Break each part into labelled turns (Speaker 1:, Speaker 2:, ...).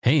Speaker 1: Hey,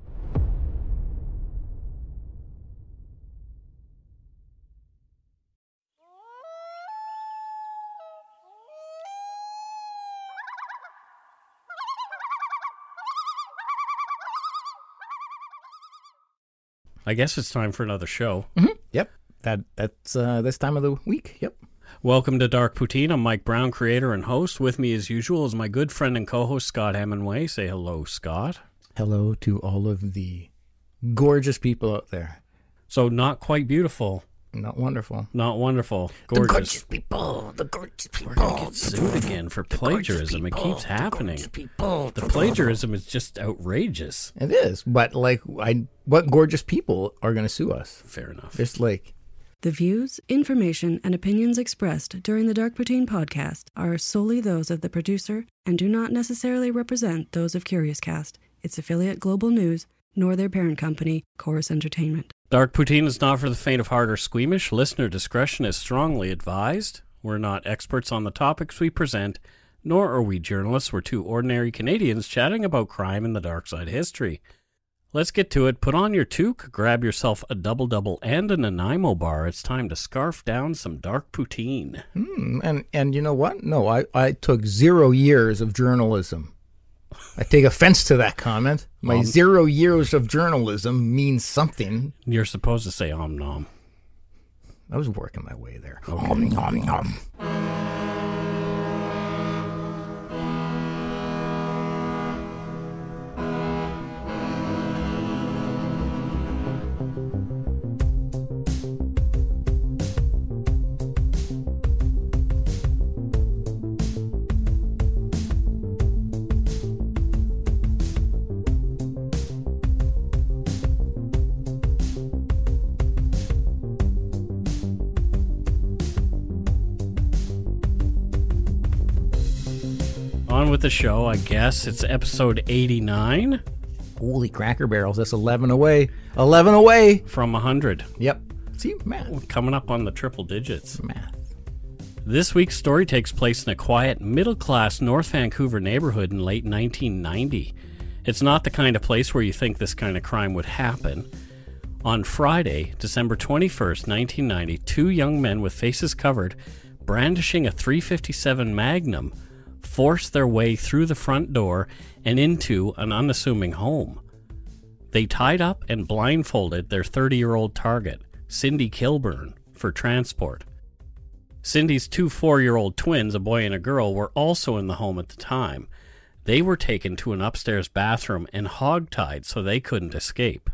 Speaker 2: I guess it's time for another show.
Speaker 3: Yep. That that's uh, this time of the week. Yep.
Speaker 2: Welcome to Dark Poutine. I'm Mike Brown, creator and host. With me, as usual, is my good friend and co host, Scott Hemingway. Say hello, Scott.
Speaker 3: Hello to all of the gorgeous people out there.
Speaker 2: So, not quite beautiful,
Speaker 3: Not wonderful.
Speaker 2: not wonderful,
Speaker 3: The
Speaker 2: gorgeous.
Speaker 3: people. The gorgeous people.
Speaker 2: Get sued again for plagiarism. It keeps happening.
Speaker 3: people.
Speaker 2: The plagiarism is just outrageous.
Speaker 3: It is, but like, I what gorgeous people are going to sue us?
Speaker 2: Fair enough.
Speaker 3: There's like,
Speaker 4: The views, information, and opinions expressed during the Dark Poutine podcast are solely those of the producer and do not necessarily represent those of CuriousCast, its affiliate Global News, nor their parent company, Chorus Entertainment.
Speaker 2: Dark Poutine is not for the faint of heart or squeamish. Listener discretion is strongly advised. We're not experts on the topics we present, nor are we journalists. We're two ordinary Canadians chatting about crime and the dark side of history. Let's get to it. Put on your toque, grab yourself a double double and a Nanaimo bar. It's time to scarf down some dark poutine.
Speaker 3: hmm, and and you know what? No, I I took zero years of journalism. I take offense to that comment. My
Speaker 2: Um,
Speaker 3: zero years of journalism means something.
Speaker 2: You're supposed to say om nom.
Speaker 3: I was working my way there.
Speaker 2: Okay.
Speaker 3: Om, nom, nom.
Speaker 2: On with the show, I guess. It's episode 89
Speaker 3: Holy cracker barrels! That's eleven away. Eleven away.
Speaker 2: from 100.
Speaker 3: Yep. See math.
Speaker 2: Coming up on the triple digits.
Speaker 3: Math.
Speaker 2: This week's story takes place in a quiet, middle class North Vancouver neighborhood in late 1990. It's not the kind of place where you think this kind of crime would happen. On Friday, December 21st, 1990, two young men with faces covered, brandishing a 357 Magnum, forced their way through the front door and into an unassuming home. They tied up and blindfolded their 30 year old target, Cindy Kilburn, for transport. Cindy's two four year old twins, a boy and a girl, were also in the home at the time. They were taken to an upstairs bathroom and hogtied so they couldn't escape.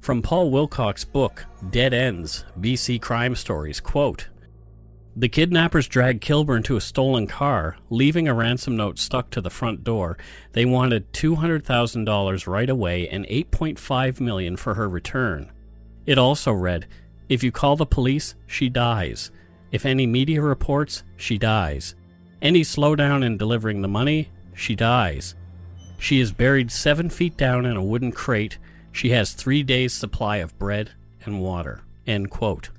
Speaker 2: From Paul Wilcox's book, Dead Ends BC Crime Stories, quote, the kidnappers dragged Kilburn to a stolen car, leaving a ransom note stuck to the front door. They wanted $200,000 right away and 8.5 million for her return. It also read, if you call the police, she dies. If any media reports, she dies. Any slowdown in delivering the money, she dies. She is buried seven feet down in a wooden crate. She has three days' supply of bread and water. End quote.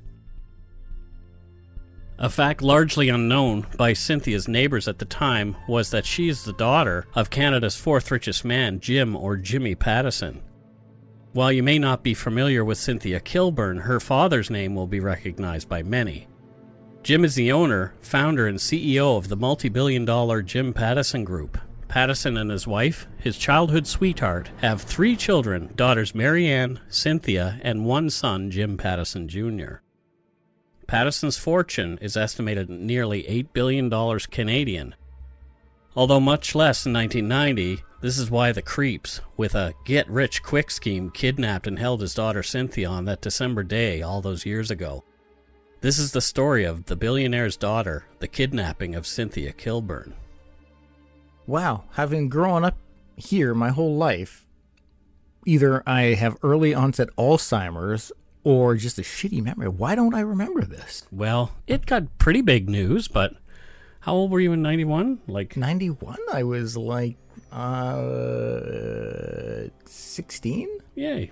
Speaker 2: A fact largely unknown by Cynthia's neighbors at the time was that she is the daughter of Canada's fourth richest man, Jim or Jimmy Pattison. While you may not be familiar with Cynthia Kilburn, her father's name will be recognized by many. Jim is the owner, founder, and CEO of the multi billion dollar Jim Pattison Group. Pattison and his wife, his childhood sweetheart, have three children daughters Marianne, Cynthia, and one son, Jim Pattison Jr. Pattison's fortune is estimated at nearly $8 billion Canadian, Although much less in 1990, this is why the creeps, with a get rich quick scheme, kidnapped and held his daughter Cynthia on that December day all those years ago. This is the story of the billionaire's daughter, the kidnapping of Cynthia Kilburn.
Speaker 3: Wow, having grown up here my whole life, either I have early onset Alzheimer's or just a shitty memory. Why don't I remember this?
Speaker 2: Well, it got pretty big news, but how old were you in 91? Like,
Speaker 3: 91, I was like uh 16?
Speaker 2: yay.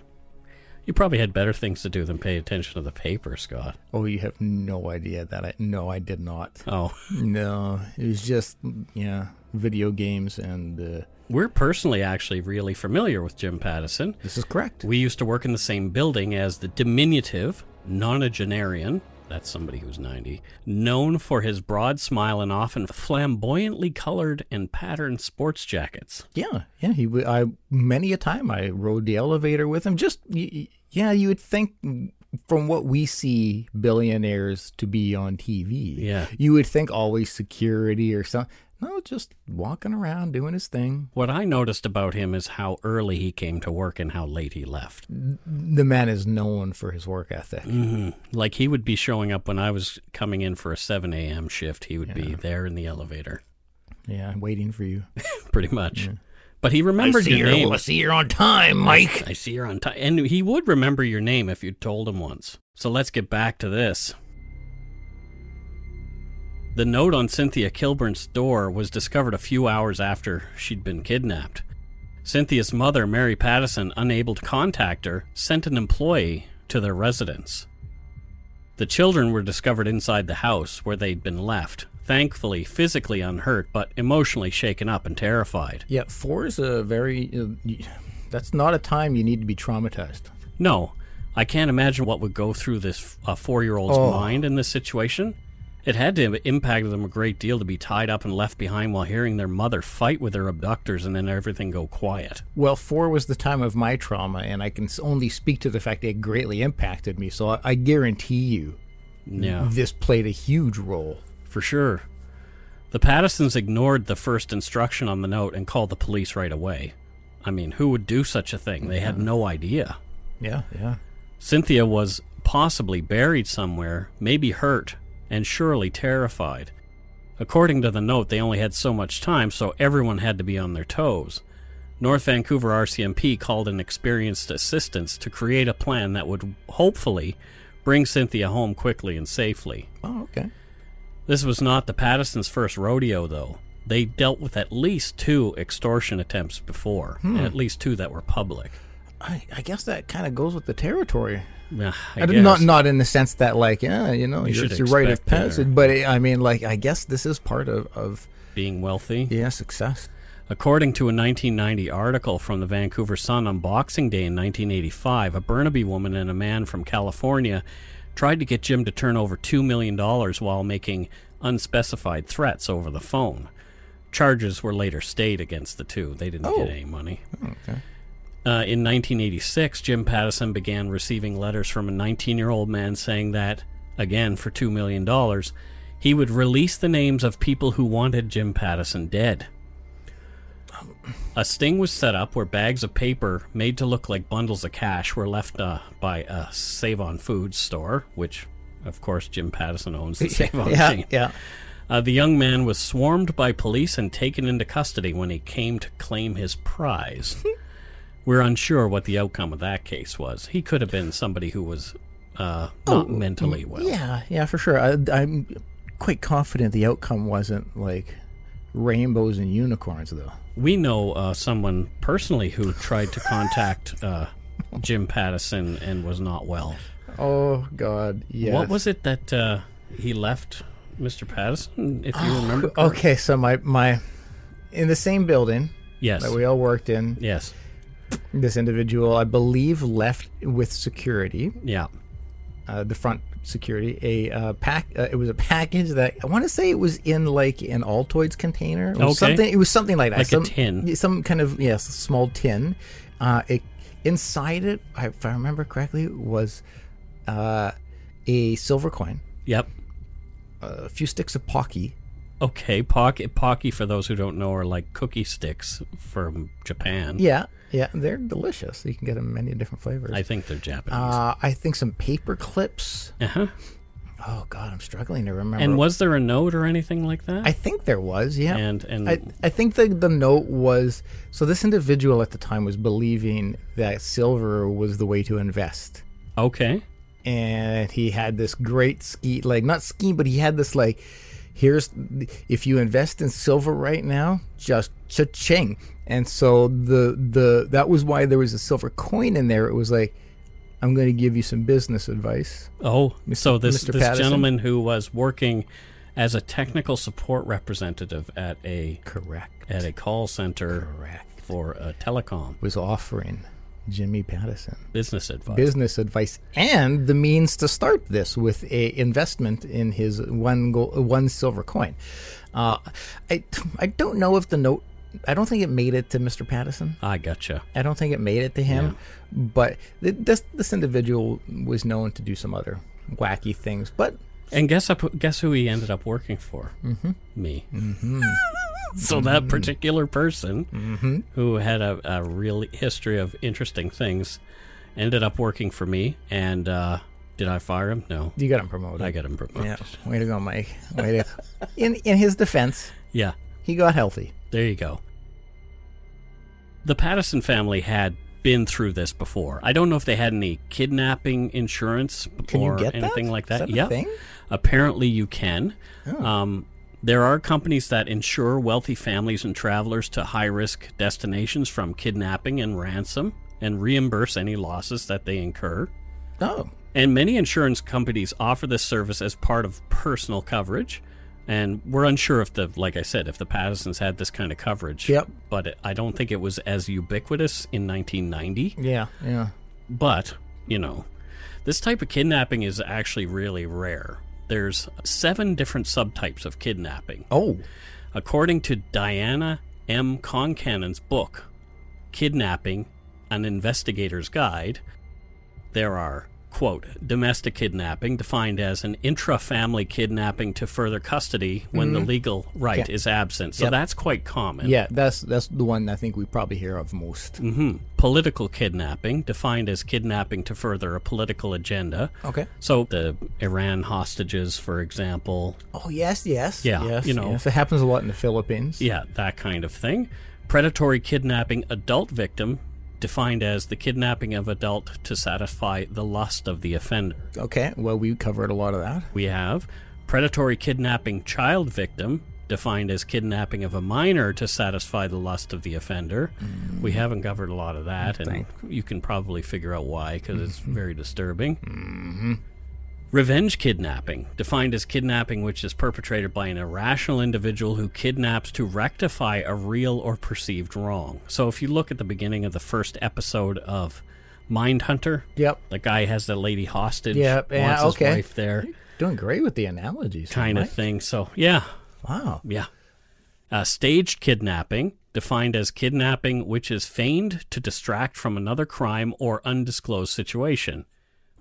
Speaker 2: You probably had better things to do than pay attention to the paper, Scott.
Speaker 3: Oh, you have no idea that I no, I did not.
Speaker 2: Oh,
Speaker 3: No, it was just yeah, video games and uh,
Speaker 2: we're personally actually really familiar with Jim Pattison.
Speaker 3: this is correct.
Speaker 2: We used to work in the same building as the diminutive nonagenarian, that's somebody who's 90, known for his broad smile and often flamboyantly colored and patterned sports jackets.
Speaker 3: Yeah, yeah. He, w- I many a time I rode the elevator with him. Just y- y- yeah, you would think from what we see billionaires to be on TV.
Speaker 2: Yeah.
Speaker 3: you would think always security or something. No, just walking around doing his thing.
Speaker 2: What I noticed about him is how early he came to work and how late he left.
Speaker 3: The man is known for his work ethic.
Speaker 2: Like he would be showing up when I was coming in for a 7 a.m. shift, he would be there in the elevator,
Speaker 3: Yeah, I'm waiting for you.
Speaker 2: pretty much. But he remembered
Speaker 3: I see
Speaker 2: your
Speaker 3: you're-
Speaker 2: name.
Speaker 3: I see you're on time, Mike.
Speaker 2: I see you're on time. And he would remember your name if you told him once. So let's get back to this. The note on Cynthia Kilburn's door was discovered a few hours after she'd been kidnapped. Cynthia's mother, Mary Pattison, unable to contact her, sent an employee to their residence. The children were discovered inside the house where they'd been left, thankfully physically unhurt, but emotionally shaken up and terrified.
Speaker 3: Yeah, four is a very. Uh, y- that's not a time you need to be traumatized.
Speaker 2: No, I can't imagine what would go through this uh, four-year-old's
Speaker 3: Oh.
Speaker 2: mind in this situation. It had to have impacted them a great deal to be tied up and left behind while hearing their mother fight with her abductors and then everything go quiet.
Speaker 3: Well, four was the time of my trauma, and I can s- only speak to the fact that it greatly impacted me. So I, I guarantee you,
Speaker 2: Yeah,
Speaker 3: this played a huge role.
Speaker 2: for sure. The Pattisons ignored the first instruction on the note and called the police right away. I mean, who would do such a thing? They had no idea.
Speaker 3: Yeah, yeah.
Speaker 2: Cynthia was possibly buried somewhere, maybe hurt, and surely terrified. According to the note, they only had so much time, so everyone had to be on their toes. North Vancouver RCMP called in experienced assistants to create a plan that would hopefully bring Cynthia home quickly and safely.
Speaker 3: Oh, okay.
Speaker 2: This was not the Pattisons' first rodeo, though. They dealt with at least two extortion attempts before,
Speaker 3: Hmm.
Speaker 2: and at least two that were public.
Speaker 3: I, I guess that kind of goes with the territory.
Speaker 2: Yeah, I
Speaker 3: I did- not
Speaker 2: guess.
Speaker 3: not in the sense that like yeah, you know,
Speaker 2: You
Speaker 3: you
Speaker 2: should
Speaker 3: it's your rite of
Speaker 2: expect better.
Speaker 3: passage, but it, I mean like I guess this is part of of
Speaker 2: being wealthy.
Speaker 3: yeah success.
Speaker 2: According to a 1990 article from the Vancouver Sun on Boxing Day in 1985, a Burnaby woman and a man from California tried to get Jim to turn over $2 million while making unspecified threats over the phone. Charges were later stayed against the two. They didn't
Speaker 3: Oh.
Speaker 2: get any money.
Speaker 3: Okay.
Speaker 2: Uh, in 1986, Jim Pattison began receiving letters from a 19 year old man saying that, again for $2 million, he would release the names of people who wanted Jim Pattison dead. A sting was set up where bags of paper made to look like bundles of cash were left uh, by a Save On Foods store, which, of course, Jim Pattison owns the Save On
Speaker 3: yeah,
Speaker 2: chain.
Speaker 3: yeah.
Speaker 2: Uh, the young man was swarmed by police and taken into custody when he came to claim his prize. We're unsure what the outcome of that case was. He could have been somebody who was uh, not mentally well.
Speaker 3: Oh, Yeah, yeah, for sure. I, I'm quite confident the outcome wasn't like rainbows and unicorns, though.
Speaker 2: We know uh, someone personally who tried to contact uh, Jim Pattison and was not well.
Speaker 3: Oh God, yeah.
Speaker 2: What was it that uh, he left Mr. Pattison, if
Speaker 3: Ah,
Speaker 2: you remember?
Speaker 3: Okay, so my my in the same building
Speaker 2: Yes.
Speaker 3: that we all worked in,
Speaker 2: Yes.
Speaker 3: this individual, I believe, left with security,
Speaker 2: Yeah.
Speaker 3: uh, the front security, a uh, pack. Uh, it was a package that I want to say it was in like an Altoids container or
Speaker 2: Okay.
Speaker 3: something. It was something like that,
Speaker 2: Like a
Speaker 3: some,
Speaker 2: tin.
Speaker 3: yeah, some kind of yes, small tin. Uh, it inside it, I- if I remember correctly, was uh, a silver coin,
Speaker 2: Yep.
Speaker 3: a few sticks of pocky.
Speaker 2: Okay, Pocky, Pocky, for those who don't know, are like cookie sticks from Japan.
Speaker 3: Yeah, yeah, they're delicious. You can get them in many different flavors.
Speaker 2: I think they're Japanese.
Speaker 3: Uh, I think some paper clips.
Speaker 2: uh-huh.
Speaker 3: Oh God, I'm struggling to remember.
Speaker 2: And was there a note or anything like that?
Speaker 3: I think there was, yeah.
Speaker 2: and and
Speaker 3: I, I think the the note was so this individual at the time was believing that silver was the way to invest.
Speaker 2: okay,
Speaker 3: and he had this great ski like not scheme but he had this like here's if you invest in silver right now just cha-ching and so the the that was why there was a silver coin in there it was like i'm going to give you some business advice
Speaker 2: Oh, so this,
Speaker 3: Mr.
Speaker 2: this
Speaker 3: Patterson?
Speaker 2: gentleman who was working as a technical support representative at a
Speaker 3: correct
Speaker 2: at a call center
Speaker 3: correct
Speaker 2: for a telecom
Speaker 3: was offering jimmy patterson
Speaker 2: business advice.
Speaker 3: business advice and the means to start this with a investment in his one gold, one silver coin. Uh, I I don't know if the note. I don't think it made it to Mr. Pattison.
Speaker 2: I gotcha.
Speaker 3: I don't think it made it to him. But th- this this individual was known to do some other wacky things. But
Speaker 2: And guess up, guess who he ended up working for? Mm-hmm. Me.
Speaker 3: Mm-hmm.
Speaker 2: so that particular person who had a, a real history of interesting things ended up working for me. And uh, did I fire him? No,
Speaker 3: you got him promoted.
Speaker 2: I got him promoted.
Speaker 3: Yeah,
Speaker 2: Yeah.
Speaker 3: way to go, Mike. Way to. in in his defense, he got healthy.
Speaker 2: there you go. The Pattison family had been through this before. I don't know if they had any kidnapping insurance
Speaker 3: Can
Speaker 2: or
Speaker 3: you get that?
Speaker 2: anything like
Speaker 3: Is
Speaker 2: that.
Speaker 3: a
Speaker 2: yeah.
Speaker 3: thing?
Speaker 2: Apparently, you can. Um, there are companies that insure wealthy families and travelers to high risk destinations from kidnapping and ransom and reimburse any losses that they incur.
Speaker 3: Oh,
Speaker 2: And many insurance companies offer this service as part of personal coverage. And we're unsure if the, like I said, if the Pattersons had this kind of coverage.
Speaker 3: Yep.
Speaker 2: But it, I don't think it was as ubiquitous in 1990
Speaker 3: yeah, yeah.
Speaker 2: but you know this type of kidnapping is actually really rare there's seven different subtypes of kidnapping
Speaker 3: Oh,
Speaker 2: according to diana m concannon's book kidnapping an investigator's guide there are quote domestic kidnapping defined as an intra-family kidnapping to further custody when the legal right
Speaker 3: Okay.
Speaker 2: is absent so
Speaker 3: Yep.
Speaker 2: that's quite common
Speaker 3: yeah. That's that's the one I think we probably hear of most.
Speaker 2: hmm Political kidnapping, defined as kidnapping to further a political agenda.
Speaker 3: Okay.
Speaker 2: So the Iran hostages, for example.
Speaker 3: Oh yes, yes,
Speaker 2: Yeah,
Speaker 3: yes,
Speaker 2: you know.
Speaker 3: yes. it happens a lot in the Philippines.
Speaker 2: Yeah, that kind of thing. Predatory kidnapping, adult victim, defined as the kidnapping of adult to satisfy the lust of the offender.
Speaker 3: Okay, well, we covered a lot of that.
Speaker 2: We have predatory kidnapping, child victim, defined as kidnapping of a minor to satisfy the lust of the offender.
Speaker 3: Mm.
Speaker 2: We haven't covered a lot of that, and you can probably figure out why because it's
Speaker 3: Mm-hmm.
Speaker 2: very disturbing. Revenge kidnapping, defined as kidnapping which is perpetrated by an irrational individual who kidnaps to rectify a real or perceived wrong. So if you look at the beginning of the first episode of Mindhunter,
Speaker 3: Yep,
Speaker 2: the guy has the lady hostage,
Speaker 3: Yep, yeah,
Speaker 2: wants his
Speaker 3: okay.
Speaker 2: wife there,
Speaker 3: doing great with the analogies.
Speaker 2: kind of
Speaker 3: Mike.
Speaker 2: thing. So yeah,
Speaker 3: Wow.
Speaker 2: yeah. Uh, staged kidnapping, defined as kidnapping which is feigned to distract from another crime or undisclosed situation.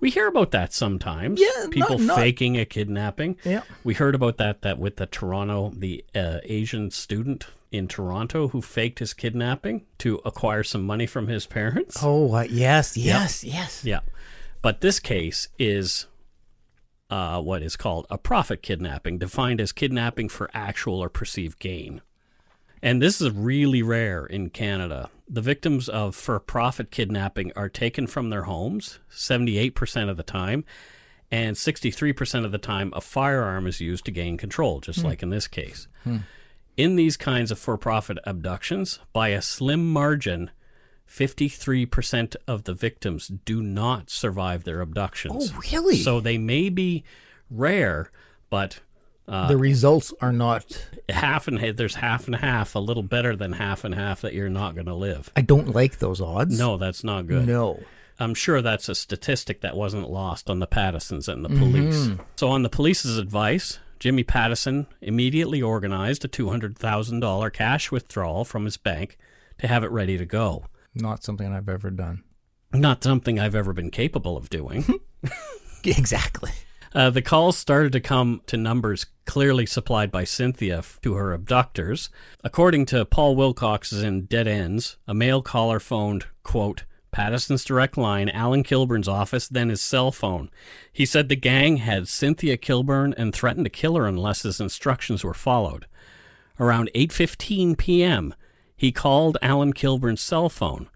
Speaker 2: We hear about that sometimes.
Speaker 3: Yeah, not-
Speaker 2: people
Speaker 3: not-
Speaker 2: faking a kidnapping.
Speaker 3: Yeah.
Speaker 2: we heard about that that with the Toronto, the uh, Asian student in Toronto who faked his kidnapping to acquire some money from his parents.
Speaker 3: Oh uh, yes, yes, yes.
Speaker 2: Yeah. But this case is uh, what is called a profit kidnapping, defined as kidnapping for actual or perceived gain. And this is really rare in Canada. The victims of for profit kidnapping are taken from their homes 78% of the time, and 63% of the time, a firearm is used to gain control,
Speaker 3: Hmm.
Speaker 2: just like in this case. In these kinds of for profit abductions, by a slim margin, 53% of the victims do not survive their abductions.
Speaker 3: Oh, really?
Speaker 2: So they may be rare, but uh,
Speaker 3: the results are not.
Speaker 2: half and there's half and half, a little better than half and half that you're not going to live.
Speaker 3: I don't like those odds.
Speaker 2: No, that's not good.
Speaker 3: no.
Speaker 2: I'm sure that's a statistic that wasn't lost on the Pattisons and the police. So, on the police's advice, Jimmy Pattison immediately organized a $200,000 cash withdrawal from his bank to have it ready to go.
Speaker 3: Not something I've ever done.
Speaker 2: Not something I've ever been capable of doing.
Speaker 3: Exactly.
Speaker 2: Uh, the calls started to come to numbers clearly supplied by Cynthia f- to her abductors. According to Paul Wilcox's in Dead Ends, a male caller phoned, quote, Patterson's direct line, Alan Kilburn's office, then his cell phone. He said the gang had Cynthia Kilburn and threatened to kill her unless his instructions were followed. Around 8:15 p.m., he called Alan Kilburn's cell phone,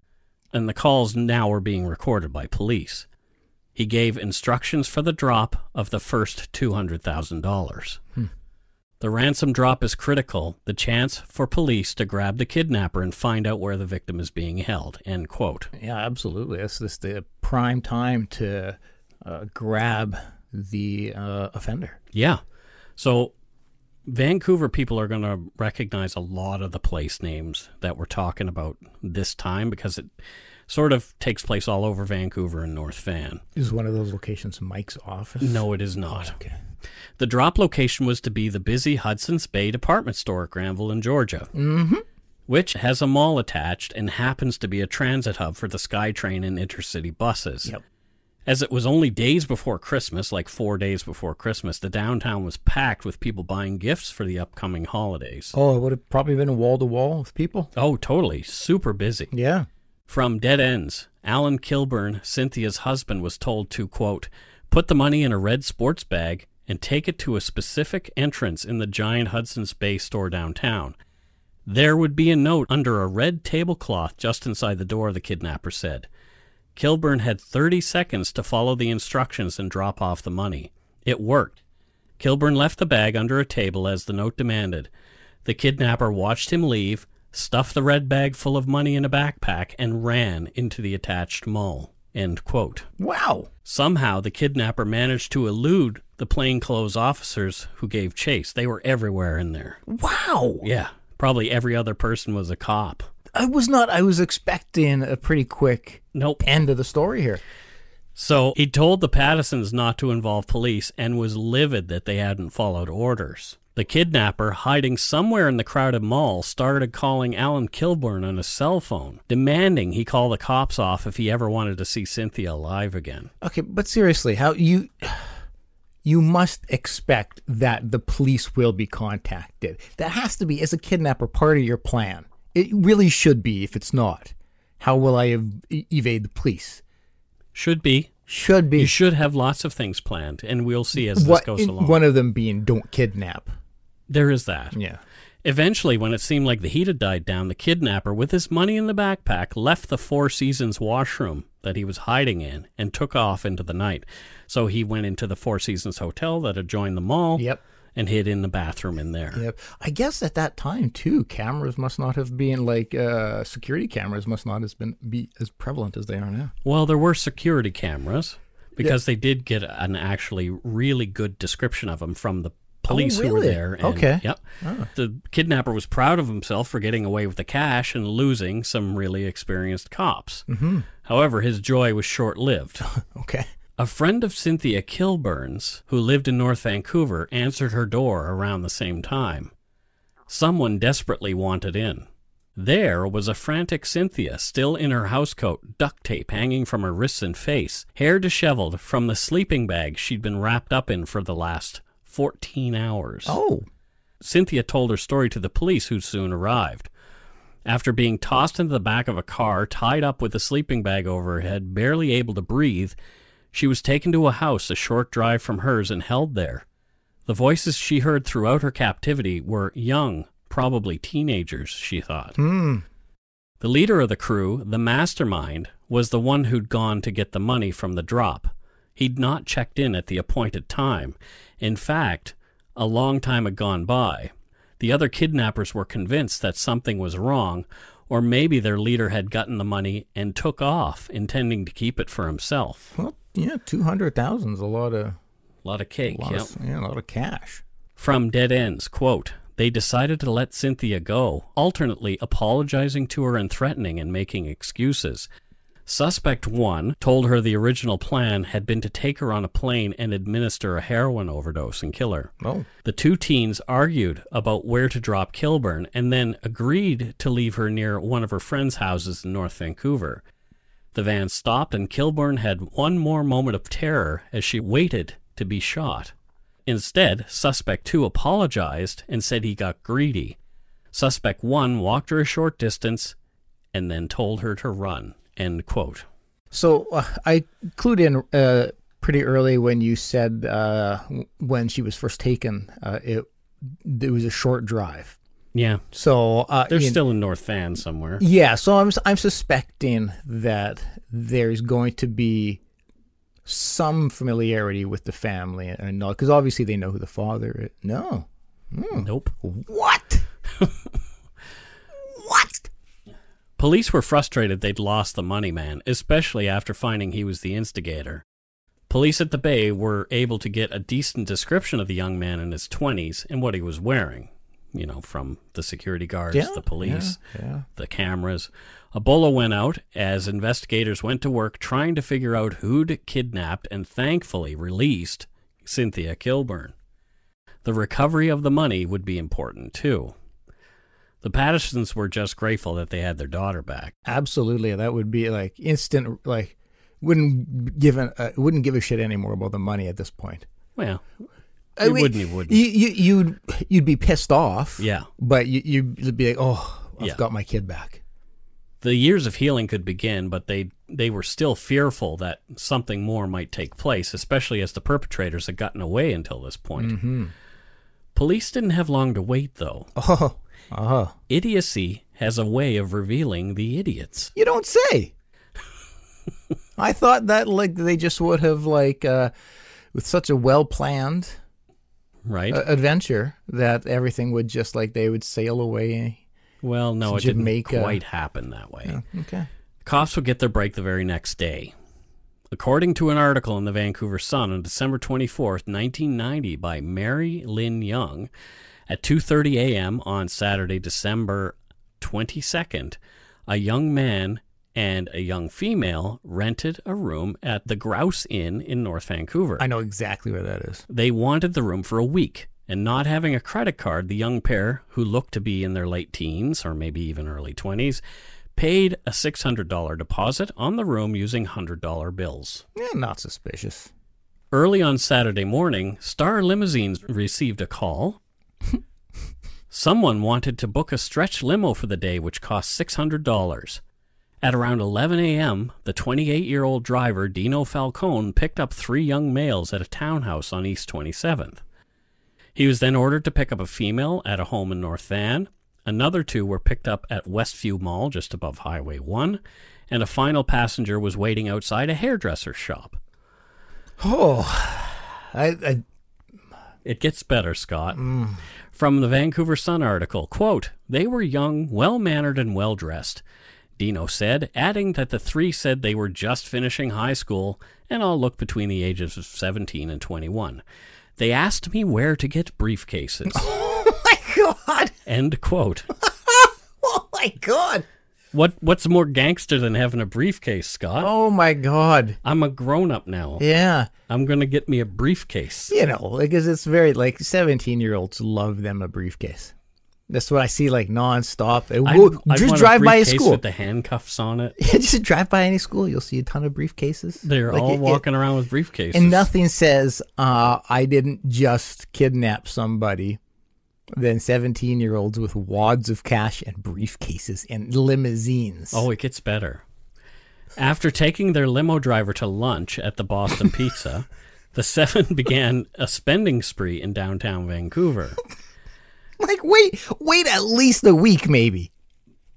Speaker 2: and the calls now were being recorded by police. He gave instructions for the drop of the first $200,000. The ransom drop is critical, the chance for police to grab the kidnapper and find out where the victim is being held. End quote.
Speaker 3: Yeah, absolutely. That's this the prime time to uh, grab the uh, offender.
Speaker 2: Yeah. So Vancouver people are going to recognize a lot of the place names that we're talking about this time because it sort of takes place all over Vancouver and North Van.
Speaker 3: Is one of those locations Mike's office?
Speaker 2: No, it is not.
Speaker 3: Okay.
Speaker 2: The drop location was to be the busy Hudson's Bay department store at Granville in Georgia, mm-hmm. which has a mall attached and happens to be a transit hub for the SkyTrain and intercity buses.
Speaker 3: Yep.
Speaker 2: As it was only days before Christmas, like four days before Christmas, the downtown was packed with people buying gifts for the upcoming holidays. Oh,
Speaker 3: Oh, it would have probably been wall to wall with people.
Speaker 2: totally. Super busy.
Speaker 3: Yeah.
Speaker 2: From Dead Ends, Alan Kilburn, Cynthia's husband, was told to, quote, put the money in a red sports bag and take it to a specific entrance in the giant Hudson's Bay store downtown. There would be a note under a red tablecloth just inside the door, the kidnapper said. Kilburn had 30 seconds to follow the instructions and drop off the money. It worked. Kilburn left the bag under a table as the note demanded. The kidnapper watched him leave, stuffed the red bag full of money in a backpack, and ran into the attached mall. End quote.
Speaker 3: Wow.
Speaker 2: Somehow, the kidnapper managed to elude the plainclothes officers who gave chase. They were everywhere in there.
Speaker 3: Wow.
Speaker 2: Yeah, probably every other person was a cop.
Speaker 3: I was not. I was expecting a pretty quick
Speaker 2: Nope.
Speaker 3: end of the story here.
Speaker 2: So he told the Pattisons not to involve police and was livid that they hadn't followed orders. The kidnapper, hiding somewhere in the crowded mall, started calling Alan Kilburn on his cell phone, demanding he call the cops off if he ever wanted to see Cynthia alive again.
Speaker 3: Okay, but seriously, how you you must expect that the police will be contacted. That has to be as a kidnapper part of your plan. It really should be. If it's not, how will I ev- e-, evade the police?
Speaker 2: Should be.
Speaker 3: Should be.
Speaker 2: You should have lots of things planned, and we'll see as this
Speaker 3: What-
Speaker 2: goes along.
Speaker 3: One of them being don't kidnap.
Speaker 2: there is that.
Speaker 3: Yeah.
Speaker 2: Eventually, when it seemed like the heat had died down, the kidnapper, with his money in the backpack, left the Four Seasons washroom that he was hiding in and took off into the night. So he went into the Four Seasons hotel that adjoined the mall
Speaker 3: Yep.
Speaker 2: and hid in the bathroom in there.
Speaker 3: Yep. I guess at that time too, cameras must not have been like uh, security cameras must not have been be as prevalent as they are now.
Speaker 2: Well, there were security cameras because they did get an actually really good description of him from the police who were
Speaker 3: Oh, really?
Speaker 2: there. and-
Speaker 3: Okay.
Speaker 2: Yep.
Speaker 3: Ah.
Speaker 2: The kidnapper was proud of himself for getting away with the cash and losing some really experienced cops. Mm-hmm. However, his joy was short lived.
Speaker 3: Okay.
Speaker 2: A friend of Cynthia Kilburn's, who lived in North Vancouver, answered her door around the same time. Someone desperately wanted in. There was a frantic Cynthia, still in her housecoat, duct tape hanging from her wrists and face, hair disheveled from the sleeping bag she'd been wrapped up in for the last 14 hours.
Speaker 3: Oh.
Speaker 2: Cynthia told her story to the police, who soon arrived. After being tossed into the back of a car, tied up with a sleeping bag over her head, barely able to breathe, she was taken to a house a short drive from hers and held there. The voices she heard throughout her captivity were young, probably teenagers, she thought.
Speaker 3: Hmm.
Speaker 2: The leader of the crew, the mastermind, was the one who'd gone to get the money from the drop. He'd not checked in at the appointed time. In fact, a long time had gone by. The other kidnappers were convinced that something was wrong, or maybe their leader had gotten the money and took off, intending to keep it for himself.
Speaker 3: Well, yeah, two hundred thousand is a lot of
Speaker 2: A lot of cake.
Speaker 3: lot
Speaker 2: yep.
Speaker 3: of, yeah, a lot of cash.
Speaker 2: From Dead Ends, quote, they decided to let Cynthia go, alternately apologizing to her and threatening and making excuses. Suspect 1 told her the original plan had been to take her on a plane and administer a heroin overdose and kill her.
Speaker 3: Oh,
Speaker 2: The two teens argued about where to drop Kilburn and then agreed to leave her near one of her friends' houses in North Vancouver. The van stopped, and Kilburn had one more moment of terror as she waited to be shot. Instead, Suspect 2 apologized and said he got greedy. Suspect 1 walked her a short distance and then told her to run. End quote.
Speaker 3: so uh, I clued in uh, pretty early when you said uh, w- when she was first taken, uh, it it was a short drive.
Speaker 2: Yeah,
Speaker 3: So uh,
Speaker 2: they're
Speaker 3: you-
Speaker 2: still in North Van somewhere.
Speaker 3: yeah. So I'm I'm suspecting that there's going to be some familiarity with the family and all, because obviously they know who the father is. No. Hmm.
Speaker 2: Nope.
Speaker 3: What? what?
Speaker 2: Police were frustrated they'd lost the money man, especially after finding he was the instigator. Police at the Bay were able to get a decent description of the young man in his 20s and what he was wearing, you know, from the security guards,
Speaker 3: Yeah,
Speaker 2: the police,
Speaker 3: yeah, yeah.
Speaker 2: the cameras. Ebola went out as investigators went to work trying to figure out who'd kidnapped and thankfully released Cynthia Kilburn. The recovery of the money would be important too. The Pattersons were just grateful that they had their daughter back.
Speaker 3: Absolutely, that would be like instant. Like, wouldn't give an, uh, wouldn't give a shit anymore about the money at this point.
Speaker 2: Well,
Speaker 3: I
Speaker 2: You
Speaker 3: mean,
Speaker 2: wouldn't, you wouldn't.
Speaker 3: You, you, you'd, you'd be pissed off.
Speaker 2: Yeah.
Speaker 3: But you, you'd be like, oh, I've
Speaker 2: Yeah.
Speaker 3: got my kid back.
Speaker 2: the years of healing could begin, but they they were still fearful that something more might take place, especially as the perpetrators had gotten away until this point. Police didn't have long to wait, though.
Speaker 3: Oh, oh.
Speaker 2: Idiocy has a way of revealing the idiots.
Speaker 3: You don't say. I thought that like they just would have like uh, with such a well planned
Speaker 2: Right?
Speaker 3: uh, adventure that everything would just like they would sail away.
Speaker 2: well, no, it
Speaker 3: it's
Speaker 2: didn't
Speaker 3: Jamaica.
Speaker 2: quite happen that way.
Speaker 3: Yeah, okay.
Speaker 2: Cops would get their break the very next day. According to an article in the Vancouver Sun on December 24th, 1990 by Mary Lynn Young, at 2:30 a.m. on Saturday, December 22nd, a young man and a young female rented a room at the Grouse Inn in North Vancouver.
Speaker 3: I know exactly where that is.
Speaker 2: They wanted the room for a week, and not having a credit card, the young pair, who looked to be in their late teens or maybe even early 20s, paid a $600 deposit on the room using $100 bills.
Speaker 3: Yeah, not suspicious.
Speaker 2: Early on Saturday morning, Star Limousines received a call. Someone wanted to book a stretch limo for the day, which cost $600. At around 11 a.m., the 28 year old driver, Dino Falcone, picked up three young males at a townhouse on East 27th. He was then ordered to pick up a female at a home in North Van. Another two were picked up at Westview Mall, just above Highway 1, and a final passenger was waiting outside a hairdresser's shop.
Speaker 3: Oh, I, I
Speaker 2: It gets better, Scott.
Speaker 3: Mm.
Speaker 2: From the Vancouver Sun article, quote, they were young, well-mannered and well-dressed, Dino said, adding that the three said they were just finishing high school and all looked between the ages of 17 and 21. They asked me where to get briefcases.
Speaker 3: oh my god!
Speaker 2: End quote.
Speaker 3: Oh my god!
Speaker 2: What what's more gangster than having a briefcase, Scott?
Speaker 3: Oh my god!
Speaker 2: I'm a grown-up now.
Speaker 3: Yeah,
Speaker 2: I'm going to get me a briefcase.
Speaker 3: you know, because it's very like seventeen-year-olds love them a briefcase. That's what I see like nonstop. It
Speaker 2: I-
Speaker 3: will-
Speaker 2: I
Speaker 3: just
Speaker 2: want
Speaker 3: drive by a
Speaker 2: briefcase
Speaker 3: school.
Speaker 2: with the handcuffs on it.
Speaker 3: just drive by any school, you'll see a ton of briefcases.
Speaker 2: They're
Speaker 3: Like,
Speaker 2: all
Speaker 3: it- it-
Speaker 2: walking around with briefcases.
Speaker 3: and nothing says uh, I didn't just kidnap somebody than seventeen-year-olds with wads of cash and briefcases and limousines.
Speaker 2: Oh, it gets better. After taking their limo driver to lunch at the Boston Pizza, the seven began a spending spree in downtown Vancouver.
Speaker 3: like wait, wait at least a week, maybe.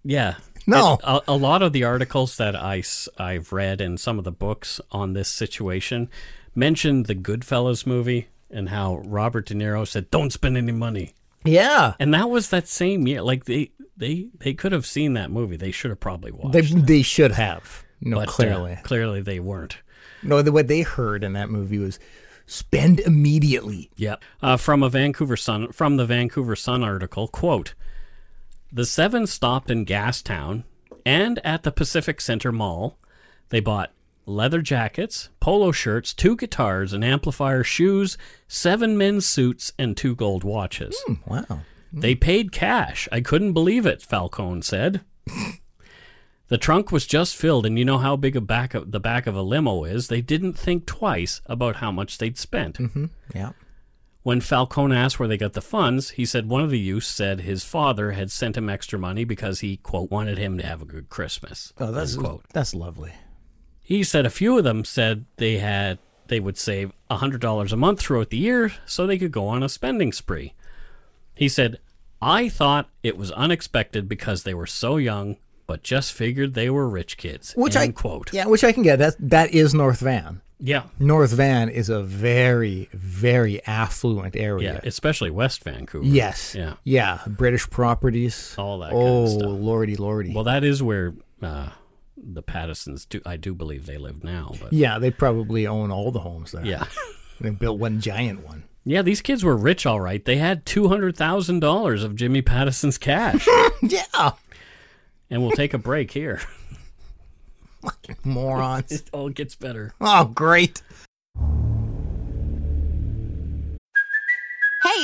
Speaker 2: Yeah.
Speaker 3: No.
Speaker 2: It- a, a lot of the articles that I, have read and some of the books on this situation mentioned the Goodfellas movie and how Robert De Niro said, don't spend any money.
Speaker 3: Yeah.
Speaker 2: And that was that same year. Like they, they, they could have seen that movie. They should have probably watched
Speaker 3: They,
Speaker 2: it.
Speaker 3: they should have. No,
Speaker 2: But, uh,
Speaker 3: clearly.
Speaker 2: clearly they weren't.
Speaker 3: no, the, what they heard in that movie was spend immediately.
Speaker 2: Yep. Uh, from a Vancouver Sun from the Vancouver Sun article, quote The seven stopped in Gastown and at the Pacific Center Mall. They bought leather jackets, polo shirts, two guitars, an amplifier, shoes, seven men's suits, and two gold watches.
Speaker 3: Hmm, Wow.
Speaker 2: They paid cash. I couldn't believe it, Falcone said. the trunk was just filled, and you know how big a back of, the back of a limo is. They didn't think twice about how much they'd spent.
Speaker 3: Yeah.
Speaker 2: When Falcone asked where they got the funds, he said one of the youths said his father had sent him extra money because he, quote, wanted him to have a good Christmas.
Speaker 3: Oh, that's
Speaker 2: unquote.
Speaker 3: that's lovely.
Speaker 2: He said a few of them said they had they would save $100 a month throughout the year so they could go on a spending spree. He said, "I thought it was unexpected because they were so young but just figured they were rich kids.
Speaker 3: Which
Speaker 2: End
Speaker 3: I
Speaker 2: quote.
Speaker 3: Yeah, which I can get. That that is North Van.
Speaker 2: yeah.
Speaker 3: North Van is a very very affluent area.
Speaker 2: Yeah, especially West Vancouver.
Speaker 3: Yes.
Speaker 2: Yeah.
Speaker 3: Yeah. British properties.
Speaker 2: All that kind
Speaker 3: Oh,
Speaker 2: of stuff.
Speaker 3: lordy, lordy.
Speaker 2: Well, that is where uh, the Pattisons do. I do believe they live now. But
Speaker 3: yeah, they probably own all the homes there.
Speaker 2: yeah,
Speaker 3: They built one giant one.
Speaker 2: yeah, these kids were rich, all right. They had two hundred thousand dollars of Jimmy Pattison's cash,
Speaker 3: yeah.
Speaker 2: and we'll take a break here.
Speaker 3: Morons.
Speaker 2: It all gets better.
Speaker 3: oh, great.
Speaker 5: Hey,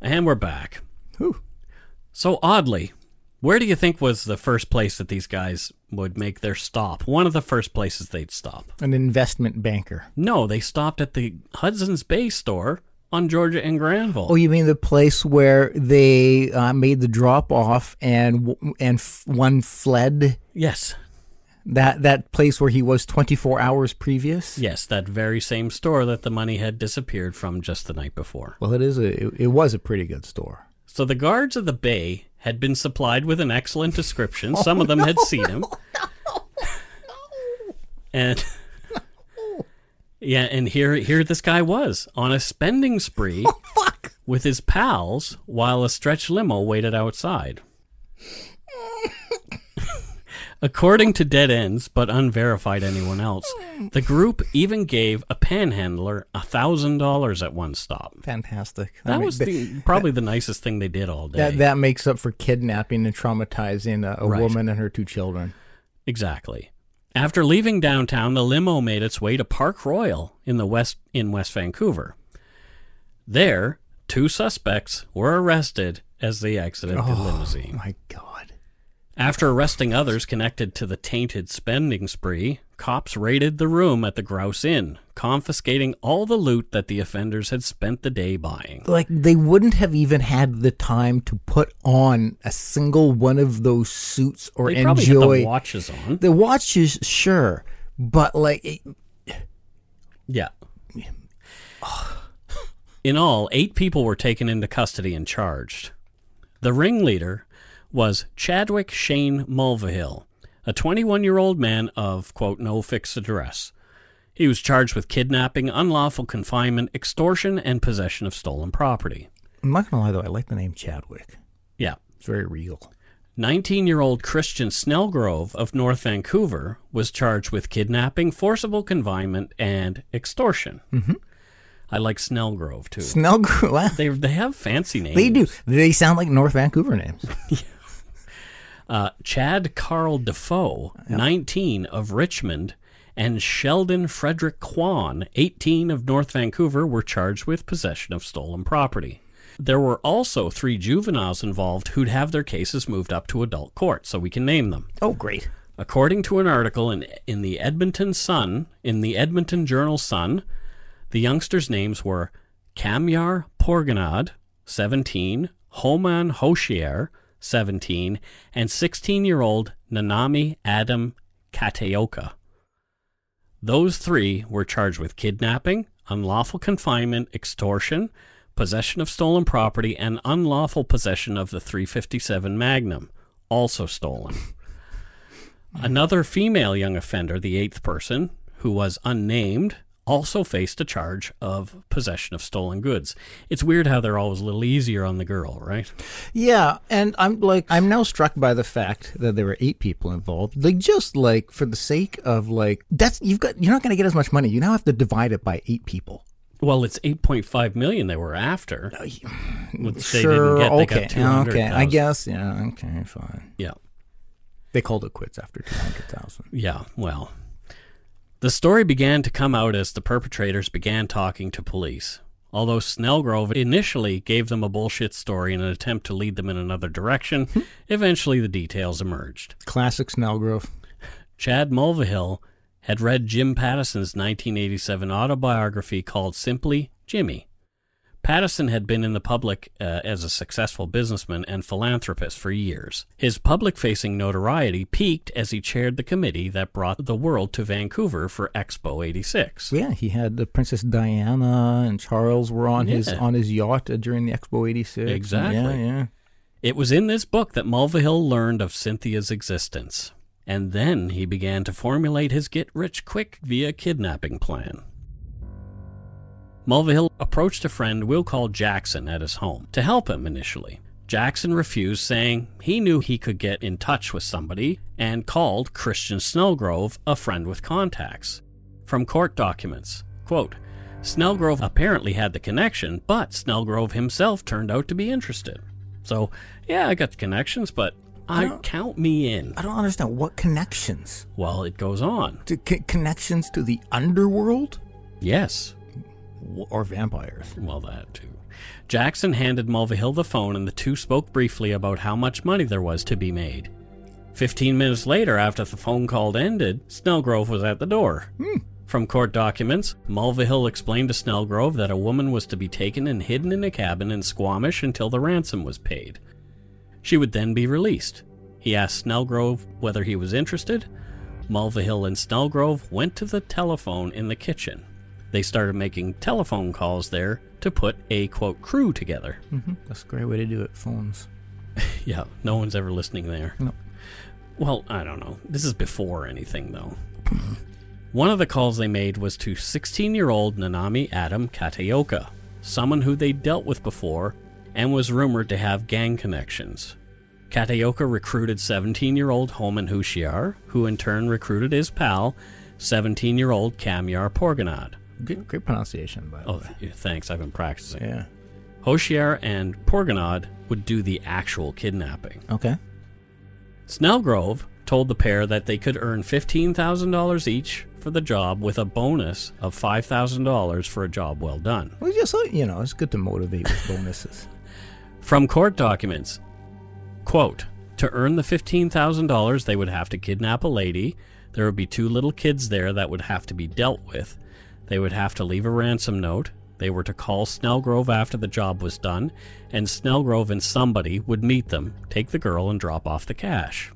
Speaker 2: And we're back. So oddly, where do you think was the first place that these guys would make their stop? One of the first places they'd stop.
Speaker 3: An investment banker.
Speaker 2: No, they stopped at the Hudson's Bay store on Georgia and Granville.
Speaker 3: Oh, you mean the place where they uh, made the drop off and w- and f- one fled?
Speaker 2: yes.
Speaker 3: That that place where he was 24 hours previous?
Speaker 2: Yes, that very same store that the money had disappeared from just the night before.
Speaker 3: Well, it is a it, it was a pretty good store.
Speaker 2: So the guards of the bay had been supplied with an excellent description. Some of them had seen him. And Yeah, and here here this guy was on a spending spree with his pals while a stretch limo waited outside. According to Dead Ends, but unverified anyone else, the group even gave a panhandler a thousand dollars at one stop.
Speaker 3: Fantastic. I
Speaker 2: That
Speaker 3: mean,
Speaker 2: was
Speaker 3: th-
Speaker 2: the, probably the nicest thing they did all day.
Speaker 3: that that makes up for kidnapping and traumatizing a, a
Speaker 2: Right.
Speaker 3: woman and her two children.
Speaker 2: exactly. After leaving downtown, the limo made its way to Park Royal in the west in West Vancouver. There, two suspects were arrested as they exited the limousine.
Speaker 3: Oh, My God.
Speaker 2: After arresting others connected to the tainted spending spree, cops raided the room at the Grouse Inn, confiscating all the loot that the offenders had spent the day buying.
Speaker 3: Like they wouldn't have even had the time to put on a single one of those suits or
Speaker 2: they probably had
Speaker 3: enjoy
Speaker 2: the watches on.
Speaker 3: the watches. Sure, but like it,
Speaker 2: Yeah. In all, eight people were taken into custody and charged. The ringleader was Chadwick Shane Mulvihill, a 21 year old man of, quote, no fixed address. He was charged with kidnapping, unlawful confinement, extortion, and possession of stolen property.
Speaker 3: I'm not gonna lie though. I like the name Chadwick.
Speaker 2: Yeah.
Speaker 3: It's very real.
Speaker 2: 19 year old Christian Snellgrove of North Vancouver was charged with kidnapping, forcible confinement, and extortion. Mm-hmm. I like Snellgrove too.
Speaker 3: Snell Wow.
Speaker 2: They they have fancy names.
Speaker 3: They do. They sound like North Vancouver names.
Speaker 2: Uh, Chad Carl Defoe, 19 of Richmond, and Sheldon Frederick Kwan, 18 of North Vancouver, were charged with possession of stolen property. There were also three juveniles involved who'd have their cases moved up to adult court, so we can name them.
Speaker 3: Oh, great.
Speaker 2: According to an article in, in the Edmonton Sun, in the Edmonton Journal Sun, the youngsters' names were Kamyar Porganad, 17, Homan Hoshier, 17, and 16 year old Nanami Adam Kateoka. Those three were charged with kidnapping, unlawful confinement, extortion, possession of stolen property, and unlawful possession of the 357 Magnum, also stolen. Another female young offender, the eighth person, who was unnamed, also faced a charge of possession of stolen goods. It's weird how they're always a little easier on the girl, right?
Speaker 3: Yeah, and I'm like I'm now struck by the fact that there were eight people involved. Like just like for the sake of like that's you've got you're not going to get as much money. You now have to divide it by eight people.
Speaker 2: Well, it's 8.5 million they were after. Which they
Speaker 3: Oh, sure.
Speaker 2: didn't get. They
Speaker 3: okay.
Speaker 2: got 200,000.
Speaker 3: okay. I guess. Yeah. Okay. Fine.
Speaker 2: Yeah.
Speaker 3: They called it quits after two hundred thousand.
Speaker 2: Yeah, well. The story began to come out as the perpetrators began talking to police. although Snellgrove initially gave them a bullshit story in an attempt to lead them in another direction.
Speaker 3: Hmm.
Speaker 2: Eventually, the details emerged.
Speaker 3: Classic Snellgrove.
Speaker 2: Chad Mulvihill had read Jim Pattison's 1987 autobiography called Simply Jimmy. Pattison had been in the public uh, as a successful businessman and philanthropist for years. His public facing notoriety peaked as he chaired the committee that brought the world to Vancouver for Expo 86.
Speaker 3: Yeah, he had the Princess Diana and Charles were on his
Speaker 2: Yeah.
Speaker 3: on his yacht uh, during the Expo '86.
Speaker 2: Exactly.
Speaker 3: Yeah, yeah.
Speaker 2: It was in this book that Mulvihill learned of Cynthia's existence, and then he began to formulate his get rich quick via kidnapping plan. Mulvihill approached a friend we'll call Jackson at his home to help him initially. Jackson refused, saying he knew he could get in touch with somebody, and called Christian Snellgrove a friend with contacts. From court documents, quote, Snellgrove apparently had the connection, but Snellgrove himself turned out to be interested. So, yeah, I got the connections, but I,
Speaker 3: don't-
Speaker 2: count me in.
Speaker 3: I don't understand what connections
Speaker 2: Well, it goes on.
Speaker 3: to c- connections to the underworld
Speaker 2: Yes.
Speaker 3: W- or vampires.
Speaker 2: Well, that too. Jackson handed Mulvihill the phone, and the two spoke briefly about how much money there was to be made. Fifteen minutes later, after the phone call ended, Snellgrove was at the door. From court documents, Mulvihill explained to Snellgrove that a woman was to be taken and hidden in a cabin in Squamish until the ransom was paid. She would then be released. He asked Snellgrove whether he was interested. Mulvihill and Snellgrove went to the telephone in the kitchen. They started making telephone calls there to put a quote crew together.
Speaker 3: Mm-hmm. That's a great way to do it. Phones.
Speaker 2: yeah, no one's ever listening there.
Speaker 3: No.
Speaker 2: Well, I don't know. This is before anything, though. One of the calls they made was to 16 year old Nanami Adam Katayoka, someone who they dealt with before and was rumored to have gang connections. Katayoka recruited 17 year old Homan Hushiar, who in turn recruited his pal, 17 year old Kamyar Porganad.
Speaker 3: Good, great pronunciation, by the
Speaker 2: Oh,
Speaker 3: way.
Speaker 2: th- thanks. I've been practicing.
Speaker 3: Yeah.
Speaker 2: Hoshier and Porganod would do the actual kidnapping.
Speaker 3: Okay.
Speaker 2: Snellgrove told the pair that they could earn $15,000 each for the job with a bonus of $5,000 for a job well done.
Speaker 3: Well, just like, you know, it's good to motivate with bonuses.
Speaker 2: From court documents, quote, to earn the $15,000 they would have to kidnap a lady. There would be two little kids there that would have to be dealt with. They would have to leave a ransom note. They were to call Snellgrove after the job was done, and Snellgrove and somebody would meet them, take the girl, and drop off the cash.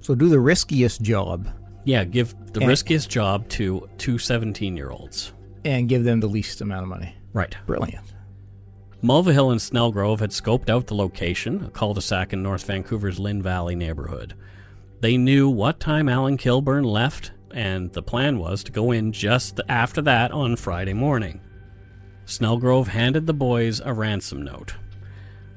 Speaker 3: so do the riskiest job
Speaker 2: Yeah, give the
Speaker 3: And-
Speaker 2: riskiest job to two 17 year olds.
Speaker 3: and give them the least amount of money.
Speaker 2: Right.
Speaker 3: Brilliant.
Speaker 2: Mulvihill and Snellgrove had scoped out the location, a cul de sac in North Vancouver's Lynn Valley neighborhood. They knew what time Alan Kilburn left, and the plan was to go in just after that on Friday morning. Snellgrove handed the boys a ransom note.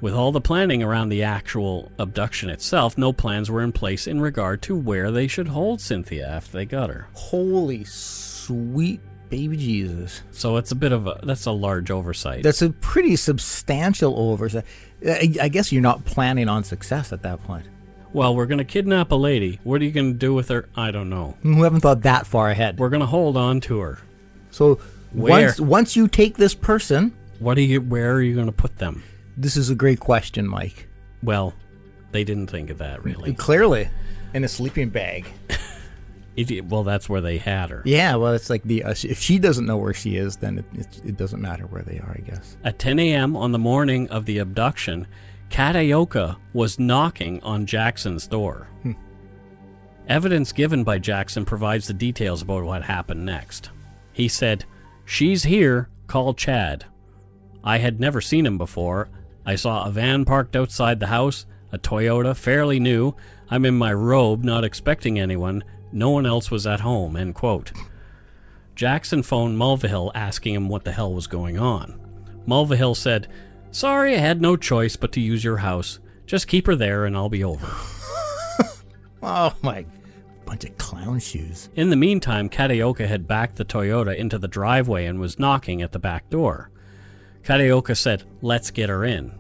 Speaker 2: With all the planning around the actual abduction itself, no plans were in place in regard to where they should hold Cynthia after they got her.
Speaker 3: Holy sweet baby Jesus.
Speaker 2: So it's a bit of a that's a large oversight.
Speaker 3: That's a pretty substantial oversight. I, I guess you're not planning on success at that point.
Speaker 2: Well, we're going to kidnap a lady. What are you going to do with her? I don't know.
Speaker 3: We haven't thought that far ahead.
Speaker 2: We're going to hold on to her.
Speaker 3: So
Speaker 2: Where?
Speaker 3: once once you take this person,
Speaker 2: What are you where are you going to put them?
Speaker 3: this is a great question, Mike.
Speaker 2: Well, they didn't think of that really.
Speaker 3: Clearly, in a sleeping bag.
Speaker 2: It- well, that's where they had her.
Speaker 3: Yeah, well, it's like the uh, sh- if she doesn't know where she is, then it, it, it doesn't matter where they are, I guess.
Speaker 2: At 10 a.m. on the morning of the abduction, Katayoka was knocking on Jackson's door. Evidence given by Jackson provides the details about what happened next. He said, She's here, call Chad. I had never seen him before. I saw a van parked outside the house, a Toyota, fairly new. I'm in my robe, not expecting anyone. No one else was at home, end quote. Jackson phoned Mulvihill asking him what the hell was going on. Mulvihill said, Sorry, I had no choice but to use your house. Just keep her there and I'll be over.
Speaker 3: Oh my, bunch of clown shoes.
Speaker 2: In the meantime, Kataoka had backed the Toyota into the driveway and was knocking at the back door. Kataoka said, Let's get her in.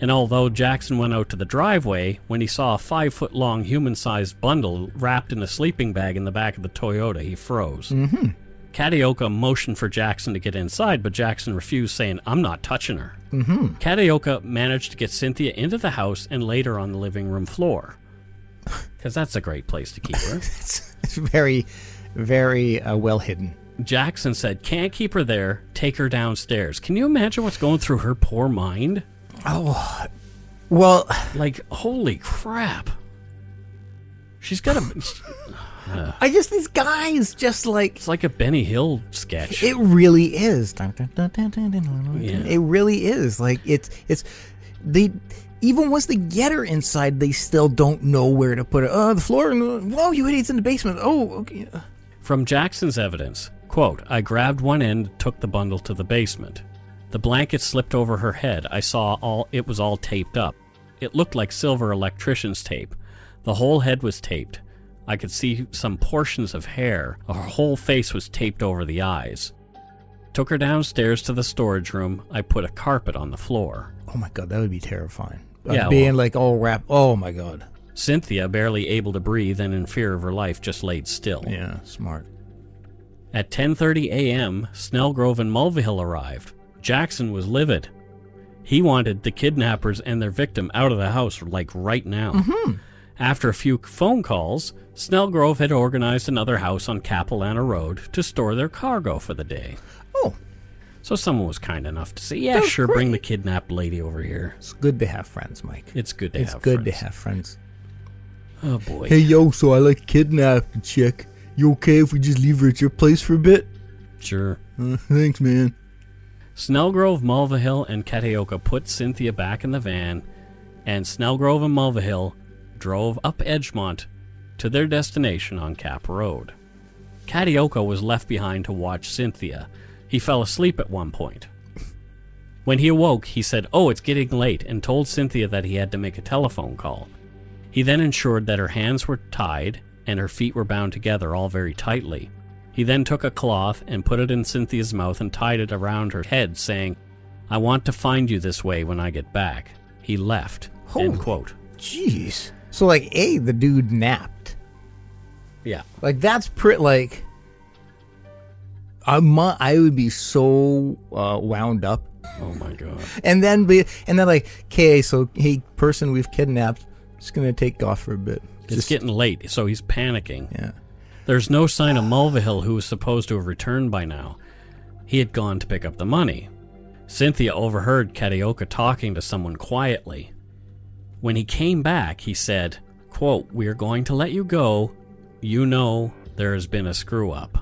Speaker 2: And although Jackson went out to the driveway, when he saw a five foot long human sized bundle wrapped in a sleeping bag in the back of the Toyota, he froze. Kataoka motioned for Jackson to get inside, but Jackson refused, saying, I'm not touching her. Mm-hmm. Kataoka managed to get Cynthia into the house and later on the living room floor. Because that's a great place to keep her.
Speaker 3: It's, it's very, very uh, well hidden.
Speaker 2: Jackson said, Can't keep her there. Take her downstairs. Can you imagine what's going through her poor mind?
Speaker 3: Well,
Speaker 2: Like, holy crap. She's got a.
Speaker 3: I just these guys just like
Speaker 2: It's like a Benny Hill sketch.
Speaker 3: It really is. Dun, dun, dun, dun, dun, dun, dun, dun.
Speaker 2: Yeah.
Speaker 3: It really is. Like it's it's they even once they get her inside, they still don't know where to put her. Oh, the floor. and- Whoa, you idiots in the basement. Oh, okay.
Speaker 2: From Jackson's evidence, quote, I grabbed one end, took the bundle to the basement. The blanket slipped over her head. I saw all it was all taped up. It looked like silver electrician's tape. The whole head was taped. I could see some portions of hair. Her whole face was taped over the eyes. Took her downstairs to the storage room. I put a carpet on the floor.
Speaker 3: Oh my god, that would be terrifying. Of
Speaker 2: Yeah,
Speaker 3: being
Speaker 2: well-
Speaker 3: like all wrapped. Oh my god.
Speaker 2: Cynthia, barely able to breathe and in fear of her life, just laid still.
Speaker 3: Yeah, smart.
Speaker 2: At 10:30 a.m., Snellgrove and Mulvihill arrived. Jackson was livid. He wanted the kidnappers and their victim out of the house like right now.
Speaker 3: Mm-hmm.
Speaker 2: After a few phone calls, Snellgrove had organized another house on Capilano Road to store their cargo for the day.
Speaker 3: Oh,
Speaker 2: So someone was kind enough to say, "Yeah,
Speaker 3: That's
Speaker 2: sure, bring the
Speaker 3: great.
Speaker 2: kidnapped lady over here."
Speaker 3: it's good to have friends, Mike.
Speaker 2: It's good to
Speaker 3: It's
Speaker 2: have.
Speaker 3: good
Speaker 2: friends.
Speaker 3: to have friends.
Speaker 2: Oh boy.
Speaker 3: Hey yo, so I like kidnapped the chick. You okay if we just leave her at your place for a bit?
Speaker 2: Sure.
Speaker 3: Uh, thanks, man.
Speaker 2: Snellgrove, Mulvihill, and Kataoka put Cynthia back in the van, and Snellgrove and Mulvihill drove up Edgemont to their destination on Cap Road. Kataoka was left behind to watch Cynthia. He fell asleep at one point. When he awoke, he said, Oh, it's getting late, and told Cynthia that he had to make a telephone call. He then ensured that her hands were tied and her feet were bound together, all very tightly. He then took a cloth and put it in Cynthia's mouth and tied it around her head, saying, I want to find you this way when I get back. He left.
Speaker 3: Holy.
Speaker 2: End quote.
Speaker 3: Jeez. So like, a the dude napped.
Speaker 2: Yeah.
Speaker 3: Like that's pretty. Like, I mu- I would be so uh, wound up,
Speaker 2: Oh my God.
Speaker 3: and then be and then like, okay, so hey, person we've kidnapped, just gonna take off for a bit.
Speaker 2: It's
Speaker 3: Just
Speaker 2: getting late, so he's panicking.
Speaker 3: yeah.
Speaker 2: There's no sign of Mulvihill, who was supposed to have returned by now. He had gone to pick up the money. Cynthia overheard Kataoka talking to someone quietly. When he came back, he said, quote, We are going to let you go. You know there has been a screw up.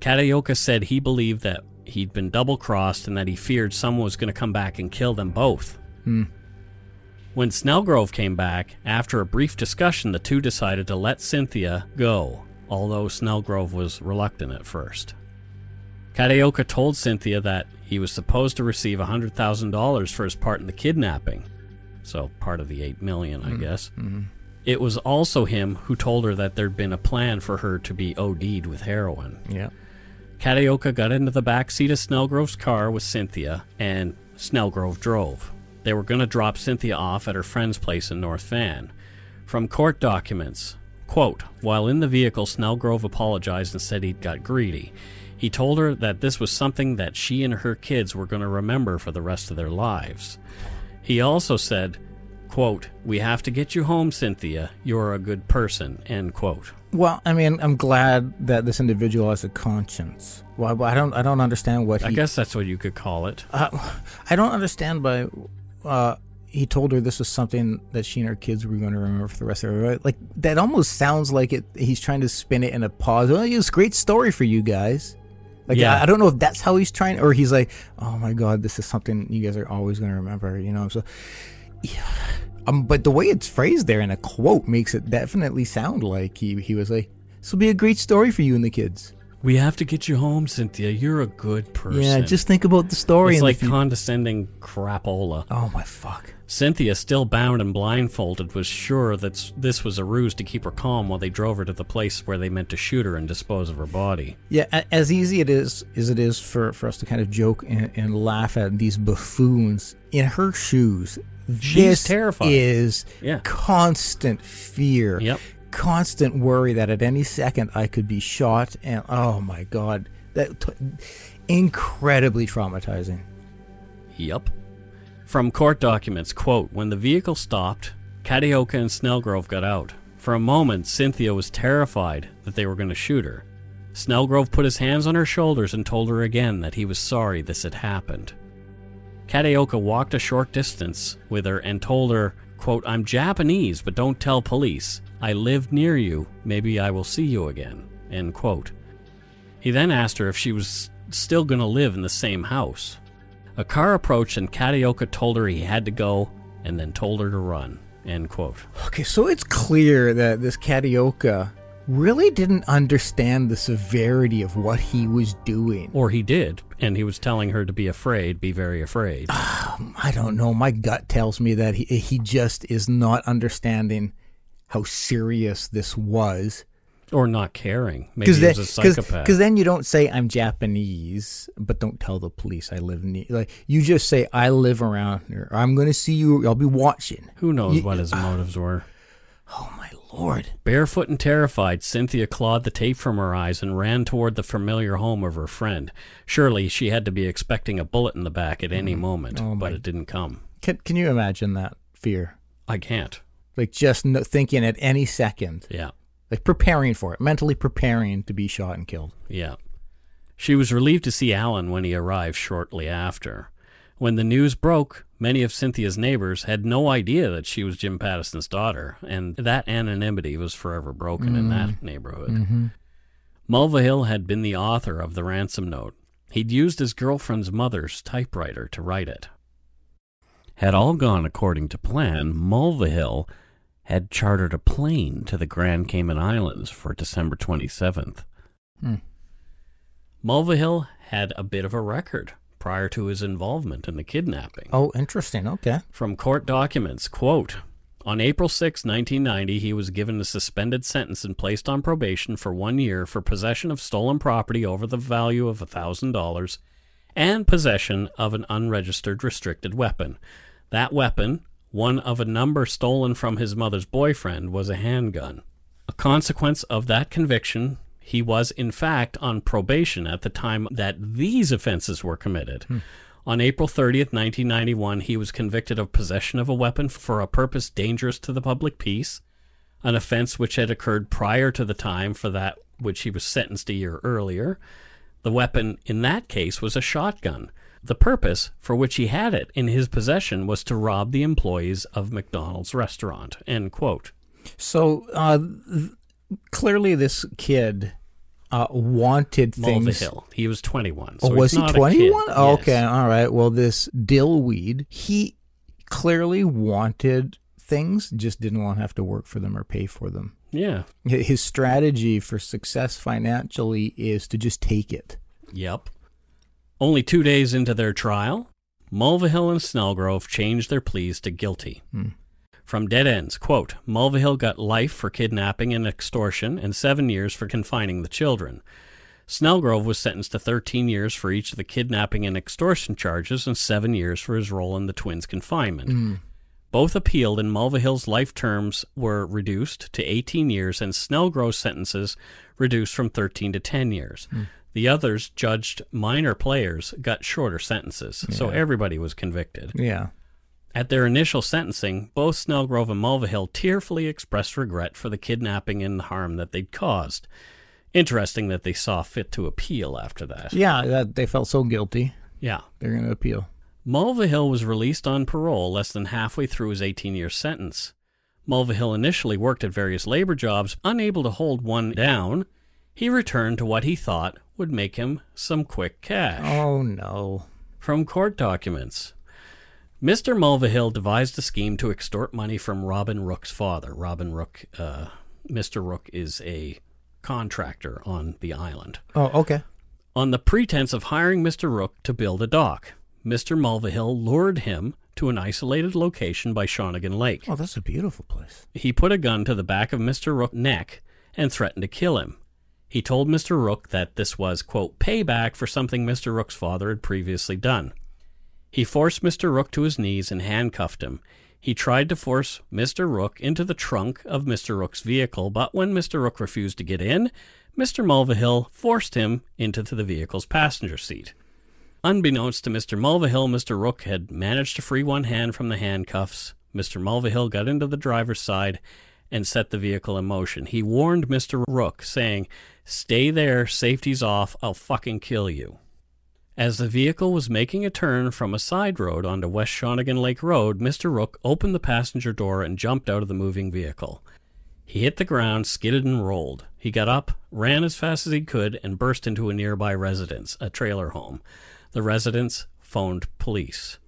Speaker 2: Kataoka said he believed that he'd been double crossed and that he feared someone was going to come back and kill them both. When Snellgrove came back, after a brief discussion, the two decided to let Cynthia go, although Snellgrove was reluctant at first. Kataoka told Cynthia that he was supposed to receive $100,000 for his part in the kidnapping. So, part of the 8 million, I guess. It was also him who told her that there'd been a plan for her to be OD'd with heroin.
Speaker 3: Yeah.
Speaker 2: Kataoka got into the back seat of Snellgrove's car with Cynthia, and Snellgrove drove. They were going to drop Cynthia off at her friend's place in North Van. From court documents, quote, while in the vehicle, Snellgrove apologized and said he'd got greedy. He told her that this was something that she and her kids were going to remember for the rest of their lives. He also said, quote, we have to get you home, Cynthia. You're a good person, end quote.
Speaker 3: Well, I mean, I'm glad that this individual has a conscience. Well, I don't, I don't understand what he.
Speaker 2: I guess that's what you could call it.
Speaker 3: Uh, I don't understand by uh, he told her this was something that she and her kids were going to remember for the rest of their life. Like that almost sounds like it. He's trying to spin it in a positive. Oh, it's a great story for you guys. Like
Speaker 2: Yeah.
Speaker 3: I, I don't know if that's how he's trying, or he's like, oh my god, this is something you guys are always going to remember. You know, so yeah. Um, but the way it's phrased there in a quote makes it definitely sound like he he was like, this will be a great story for you and the kids.
Speaker 2: We have to get you home, Cynthia. You're a good person.
Speaker 3: Yeah, just think about the story.
Speaker 2: it's
Speaker 3: and the
Speaker 2: like
Speaker 3: fu-
Speaker 2: condescending crapola.
Speaker 3: oh my fuck.
Speaker 2: Cynthia, still bound and blindfolded, was sure that s- this was a ruse to keep her calm while they drove her to the place where they meant to shoot her and dispose of her body.
Speaker 3: Yeah, a- as easy it is as it is for, for us to kind of joke and, and laugh at these buffoons in her shoes.
Speaker 2: She's
Speaker 3: this
Speaker 2: terrified.
Speaker 3: Is
Speaker 2: Yeah.
Speaker 3: constant fear.
Speaker 2: Yep.
Speaker 3: constant worry that at any second I could be shot, and oh my god, that t- incredibly traumatizing.
Speaker 2: Yep. From court documents, quote, when the vehicle stopped, Kadioka and Snellgrove got out. For a moment, Cynthia was terrified that they were going to shoot her. Snellgrove put his hands on her shoulders and told her again that he was sorry this had happened. Kadeoka walked a short distance with her and told her, quote, I'm Japanese, but don't tell police. I live near you. Maybe I will see you again, end quote. He then asked her if she was still going to live in the same house. A car approached and Kadeoka told her he had to go and then told her to run, end quote.
Speaker 3: Okay, so it's clear that this Kadioka really didn't understand the severity of what he was doing.
Speaker 2: Or he did, and he was telling her to be afraid, be very afraid.
Speaker 3: I don't know. My gut tells me that he, he just is not understanding how serious this was.
Speaker 2: or not caring. Maybe he
Speaker 3: then,
Speaker 2: was a psychopath.
Speaker 3: Because then you don't say I'm Japanese, but don't tell the police I live near. Like you just say I live around here. I'm going to see you. I'll be watching.
Speaker 2: Who knows
Speaker 3: You-
Speaker 2: what his motives were?
Speaker 3: Oh my lord!
Speaker 2: Barefoot and terrified, Cynthia clawed the tape from her eyes and ran toward the familiar home of her friend. Surely she had to be expecting a bullet in the back at any moment,
Speaker 3: Oh,
Speaker 2: but
Speaker 3: my-
Speaker 2: it didn't come.
Speaker 3: Can can you imagine that fear?
Speaker 2: I can't.
Speaker 3: Like just no, thinking at any second,
Speaker 2: Yeah,
Speaker 3: like preparing for it, mentally preparing to be shot and killed.
Speaker 2: yeah. She was relieved to see Alan when he arrived shortly after. When the news broke, many of Cynthia's neighbors had no idea that she was Jim Pattison's daughter, and that anonymity was forever broken in that neighborhood.
Speaker 3: Mm-hmm.
Speaker 2: Mulvihill had been the author of the ransom note. He'd used his girlfriend's mother's typewriter to write it. Had all gone according to plan, Mulvihill had chartered a plane to the Grand Cayman Islands for December 27th.
Speaker 3: Hmm.
Speaker 2: Mulvihill had a bit of a record prior to his involvement in the kidnapping
Speaker 3: Oh, interesting. Okay.
Speaker 2: from court documents quote on april 6 1990 he was given a suspended sentence and placed on probation for one year for possession of stolen property over the value of $1000 and possession of an unregistered restricted weapon that weapon one of a number stolen from his mother's boyfriend was a handgun a consequence of that conviction he was in fact on probation at the time that these offenses were committed on April 30th, 1991, he was convicted of possession of a weapon for a purpose dangerous to the public peace, an offense which had occurred prior to the time for that which he was sentenced a year earlier. The weapon in that case was a shotgun. The purpose for which he had it in his possession was to rob the employees of McDonald's restaurant. End quote.
Speaker 3: So uh, th- clearly, this kid uh, wanted things.
Speaker 2: Mulvihill. He was 21.
Speaker 3: Oh,
Speaker 2: So
Speaker 3: was
Speaker 2: he's
Speaker 3: he
Speaker 2: not a kid.
Speaker 3: 21? Oh,
Speaker 2: Yes.
Speaker 3: Okay, all right. Well, this Dillweed, he clearly wanted things, just didn't want to have to work for them or pay for them.
Speaker 2: Yeah.
Speaker 3: H- His strategy for success financially is to just take it.
Speaker 2: Yep. Only two days into their trial, Mulvihill and Snellgrove changed their pleas to guilty.
Speaker 3: Hmm.
Speaker 2: From Dead Ends, quote, Mulvihill got life for kidnapping and extortion and seven years for confining the children. Snellgrove was sentenced to 13 years for each of the kidnapping and extortion charges and seven years for his role in the twins' confinement. Both appealed, and Mulvihill's life terms were reduced to 18 years, and Snellgrove's sentences reduced from 13 to 10 years. The others, judged minor players, got shorter sentences, so
Speaker 3: Yeah.
Speaker 2: everybody was convicted.
Speaker 3: Yeah.
Speaker 2: At their initial sentencing, both Snellgrove and Mulvihill tearfully expressed regret for the kidnapping and the harm that they'd caused. Interesting that they saw fit to appeal after that.
Speaker 3: Yeah, that, they felt so guilty.
Speaker 2: Yeah.
Speaker 3: They're going to appeal.
Speaker 2: Mulvihill was released on parole less than halfway through his 18 year sentence. Mulvihill initially worked at various labor jobs, unable to hold one down. He returned to what he thought would make him some quick cash.
Speaker 3: Oh, no.
Speaker 2: From court documents Mr. Mulvihill devised a scheme to extort money from Robin Rook's father. Robin Rook, uh, Mr. Rook is a contractor on the island
Speaker 3: Oh, okay.
Speaker 2: on the pretense of hiring Mr. Rook to build a dock. Mr. Mulvihill lured him to an isolated location by Shawnigan Lake.
Speaker 3: Oh, that's a beautiful place.
Speaker 2: He put a gun to the back of Mr. Rook's neck and threatened to kill him. He told Mr. Rook that this was, quote, payback for something Mr. Rook's father had previously done. He forced Mr. Rook to his knees and handcuffed him. He tried to force Mr. Rook into the trunk of Mr. Rook's vehicle, but when Mr. Rook refused to get in, Mr. Mulvihill forced him into the vehicle's passenger seat. Unbeknownst to Mr. Mulvihill, Mr. Rook had managed to free one hand from the handcuffs. Mr. Mulvihill got into the driver's side and set the vehicle in motion. He warned Mr. Rook, saying, Stay there, safety's off, I'll fucking kill you. As the vehicle was making a turn from a side road onto West Shawnigan Lake Road, Mr. Rook opened the passenger door and jumped out of the moving vehicle. He hit the ground, skidded, and rolled. He got up, ran as fast as he could, and burst into a nearby residence, a trailer home. The residents phoned police.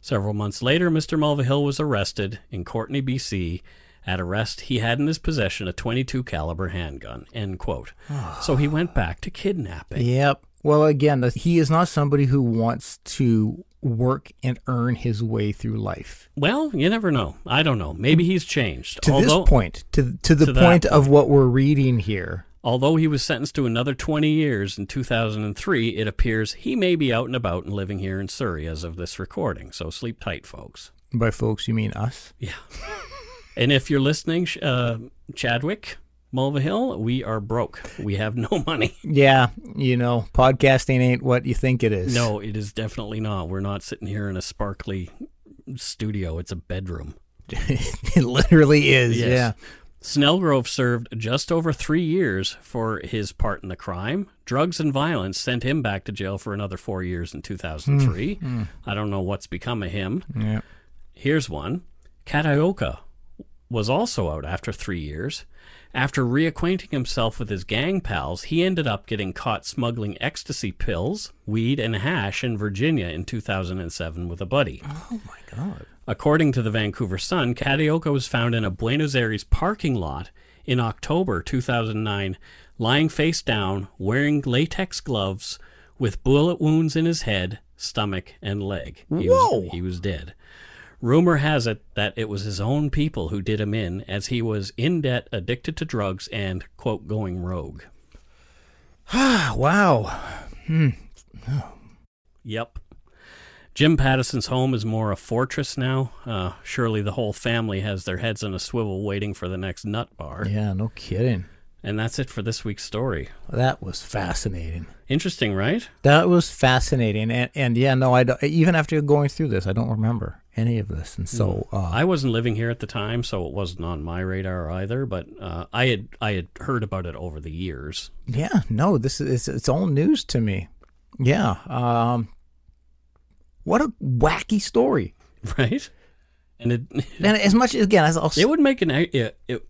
Speaker 2: Several months later, Mr. Mulvihill was arrested in Courtney, BC. At arrest, he had in his possession a 22 caliber handgun. End quote. so he went back to kidnapping.
Speaker 3: Yep. Well, again, the- he is not somebody who wants to work and earn his way through life.
Speaker 2: Well, you never know. I don't know. Maybe he's changed.
Speaker 3: To
Speaker 2: although,
Speaker 3: this point, to to the
Speaker 2: To that
Speaker 3: point of what we're reading here.
Speaker 2: although he was sentenced to another 20 years in 2003, it appears he may be out and about and living here in Surrey as of this recording. So sleep tight, folks.
Speaker 3: By folks, you mean us.
Speaker 2: Yeah. and if you're listening, Sh- uh, Chadwick Mulvihill, we are broke. We have no money.
Speaker 3: Yeah, you know, podcasting ain't what you think it is.
Speaker 2: No, it is definitely not. We're not sitting here in a sparkly studio. It's a bedroom.
Speaker 3: it literally is.
Speaker 2: Yes. Snellgrove served just over three years for his part in the crime. Drugs and violence sent him back to jail for another four years in 2003. I don't know what's become of him.
Speaker 3: Yeah. Yeah.
Speaker 2: Here's one Kataoka was also out after three years. After reacquainting himself with his gang pals, he ended up getting caught smuggling ecstasy pills, weed, and hash in Virginia in 2007 with a buddy.
Speaker 3: Oh my god.
Speaker 2: According to the Vancouver Sun, Kataoka was found in a Buenos Aires parking lot in October 2009, lying face down, wearing latex gloves, with bullet wounds in his head, stomach, and leg. He
Speaker 3: Whoa.
Speaker 2: Was, he was dead. Rumor has it that it was his own people who did him in, as he was in debt, addicted to drugs, and, quote, going rogue.
Speaker 3: Ah, wow.
Speaker 2: Yep. Jim Pattison's home is more a fortress now. Uh, surely the whole family has their heads in a swivel waiting for the next nut bar.
Speaker 3: Yeah, no kidding.
Speaker 2: And that's it for this week's story.
Speaker 3: That was fascinating.
Speaker 2: Interesting, right?
Speaker 3: That was fascinating, and and yeah, no, I don't, even after going through this, I don't remember any of this, and so uh,
Speaker 2: I wasn't living here at the time, so it wasn't on my radar either. But uh, I had I had heard about it over the years.
Speaker 3: yeah, no, this is it's, it's all news to me. Yeah, um, what a wacky story.
Speaker 2: Right? And it
Speaker 3: And as much again as I'll,
Speaker 2: it would make an e, it, it,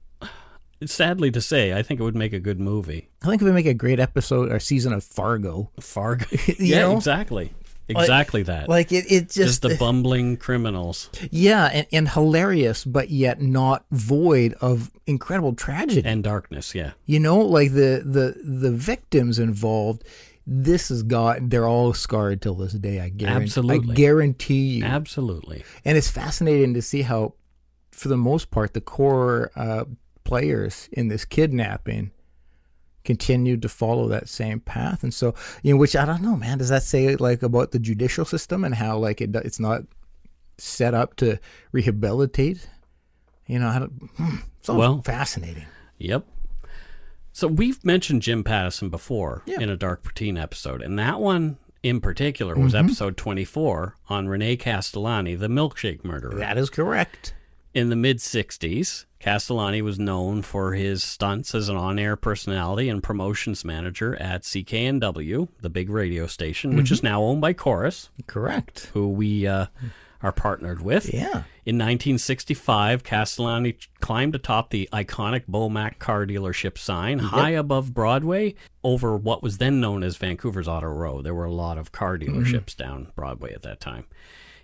Speaker 2: sadly to say, I think it would make a good movie.
Speaker 3: I think we make a great episode or season of Fargo.
Speaker 2: Fargo.
Speaker 3: You
Speaker 2: yeah,
Speaker 3: know?
Speaker 2: exactly. Exactly that.
Speaker 3: Like it, it
Speaker 2: just
Speaker 3: just,
Speaker 2: the bumbling criminals.
Speaker 3: yeah, and, and hilarious, but yet not void of incredible tragedy.
Speaker 2: and darkness yeah
Speaker 3: you know like the the the victims involved this has got they're all scarred till this day i guarantee
Speaker 2: Absolutely.
Speaker 3: i guarantee you
Speaker 2: absolutely
Speaker 3: and it's fascinating to see how for the most part the core uh, players in this kidnapping continued to follow that same path and so you know which i don't know man does that say like about the judicial system and how like it do- it's not set up to rehabilitate you know I don't, hmm, it's all
Speaker 2: Well-
Speaker 3: fascinating
Speaker 2: yep so we've mentioned jim patterson before
Speaker 3: Yeah.
Speaker 2: in a dark routine episode and that one in particular was
Speaker 3: Mm-hmm.
Speaker 2: episode 24 on renee castellani the milkshake murderer
Speaker 3: that is correct
Speaker 2: in the mid 60s castellani was known for his stunts as an on-air personality and promotions manager at cknw the big radio station which is now owned by chorus
Speaker 3: correct
Speaker 2: who we uh, are partnered with
Speaker 3: yeah
Speaker 2: In 1965, Castellani climbed atop the iconic Bomac car dealership sign high above Broadway over what was then known as Vancouver's Auto Row. There were a lot of car dealerships down Broadway at that time.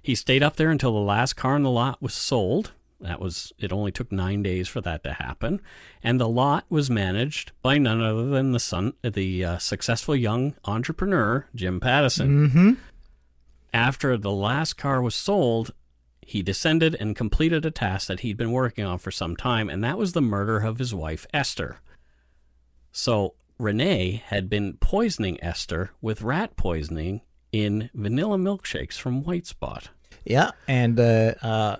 Speaker 2: He stayed up there until the last car in the lot was sold. That was it only took 9 days for that to happen, and the lot was managed by none other than the son the uh, successful young entrepreneur Jim Pattison.
Speaker 3: Mm-hmm.
Speaker 2: After the last car was sold, he descended and completed a task that he'd been working on for some time, and that was the murder of his wife, Esther. So, Renee had been poisoning Esther with rat poisoning in vanilla milkshakes from White Spot.
Speaker 3: Yeah, and uh, uh,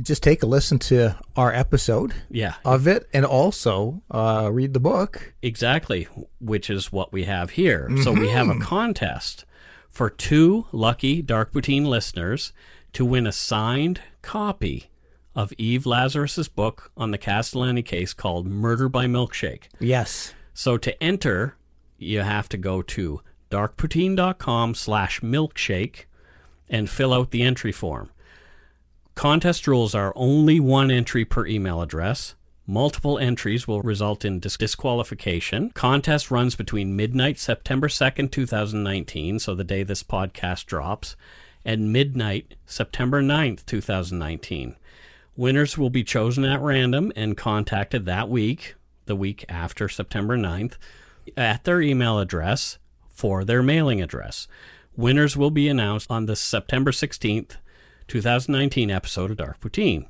Speaker 3: just take a listen to our episode
Speaker 2: Yeah,
Speaker 3: of it and also uh, read the book.
Speaker 2: exactly, which is what we have here. So we have a contest for two lucky Dark Poutine listeners to win a signed copy of Eve Lazarus's book on the Castellani case called Murder by Milkshake.
Speaker 3: Yes.
Speaker 2: So to enter, you have to go to darkpoutine.com slash milkshake and fill out the entry form. Contest rules are only one entry per email address. Multiple entries will result in dis- disqualification. Contest runs between midnight, September 2nd, 2019, so the day this podcast drops, and midnight, September 9th, 2019. Winners will be chosen at random and contacted that week, the week after September 9th, at their email address for their mailing address. Winners will be announced on the September 16th, 2019 episode of Dark Poutine.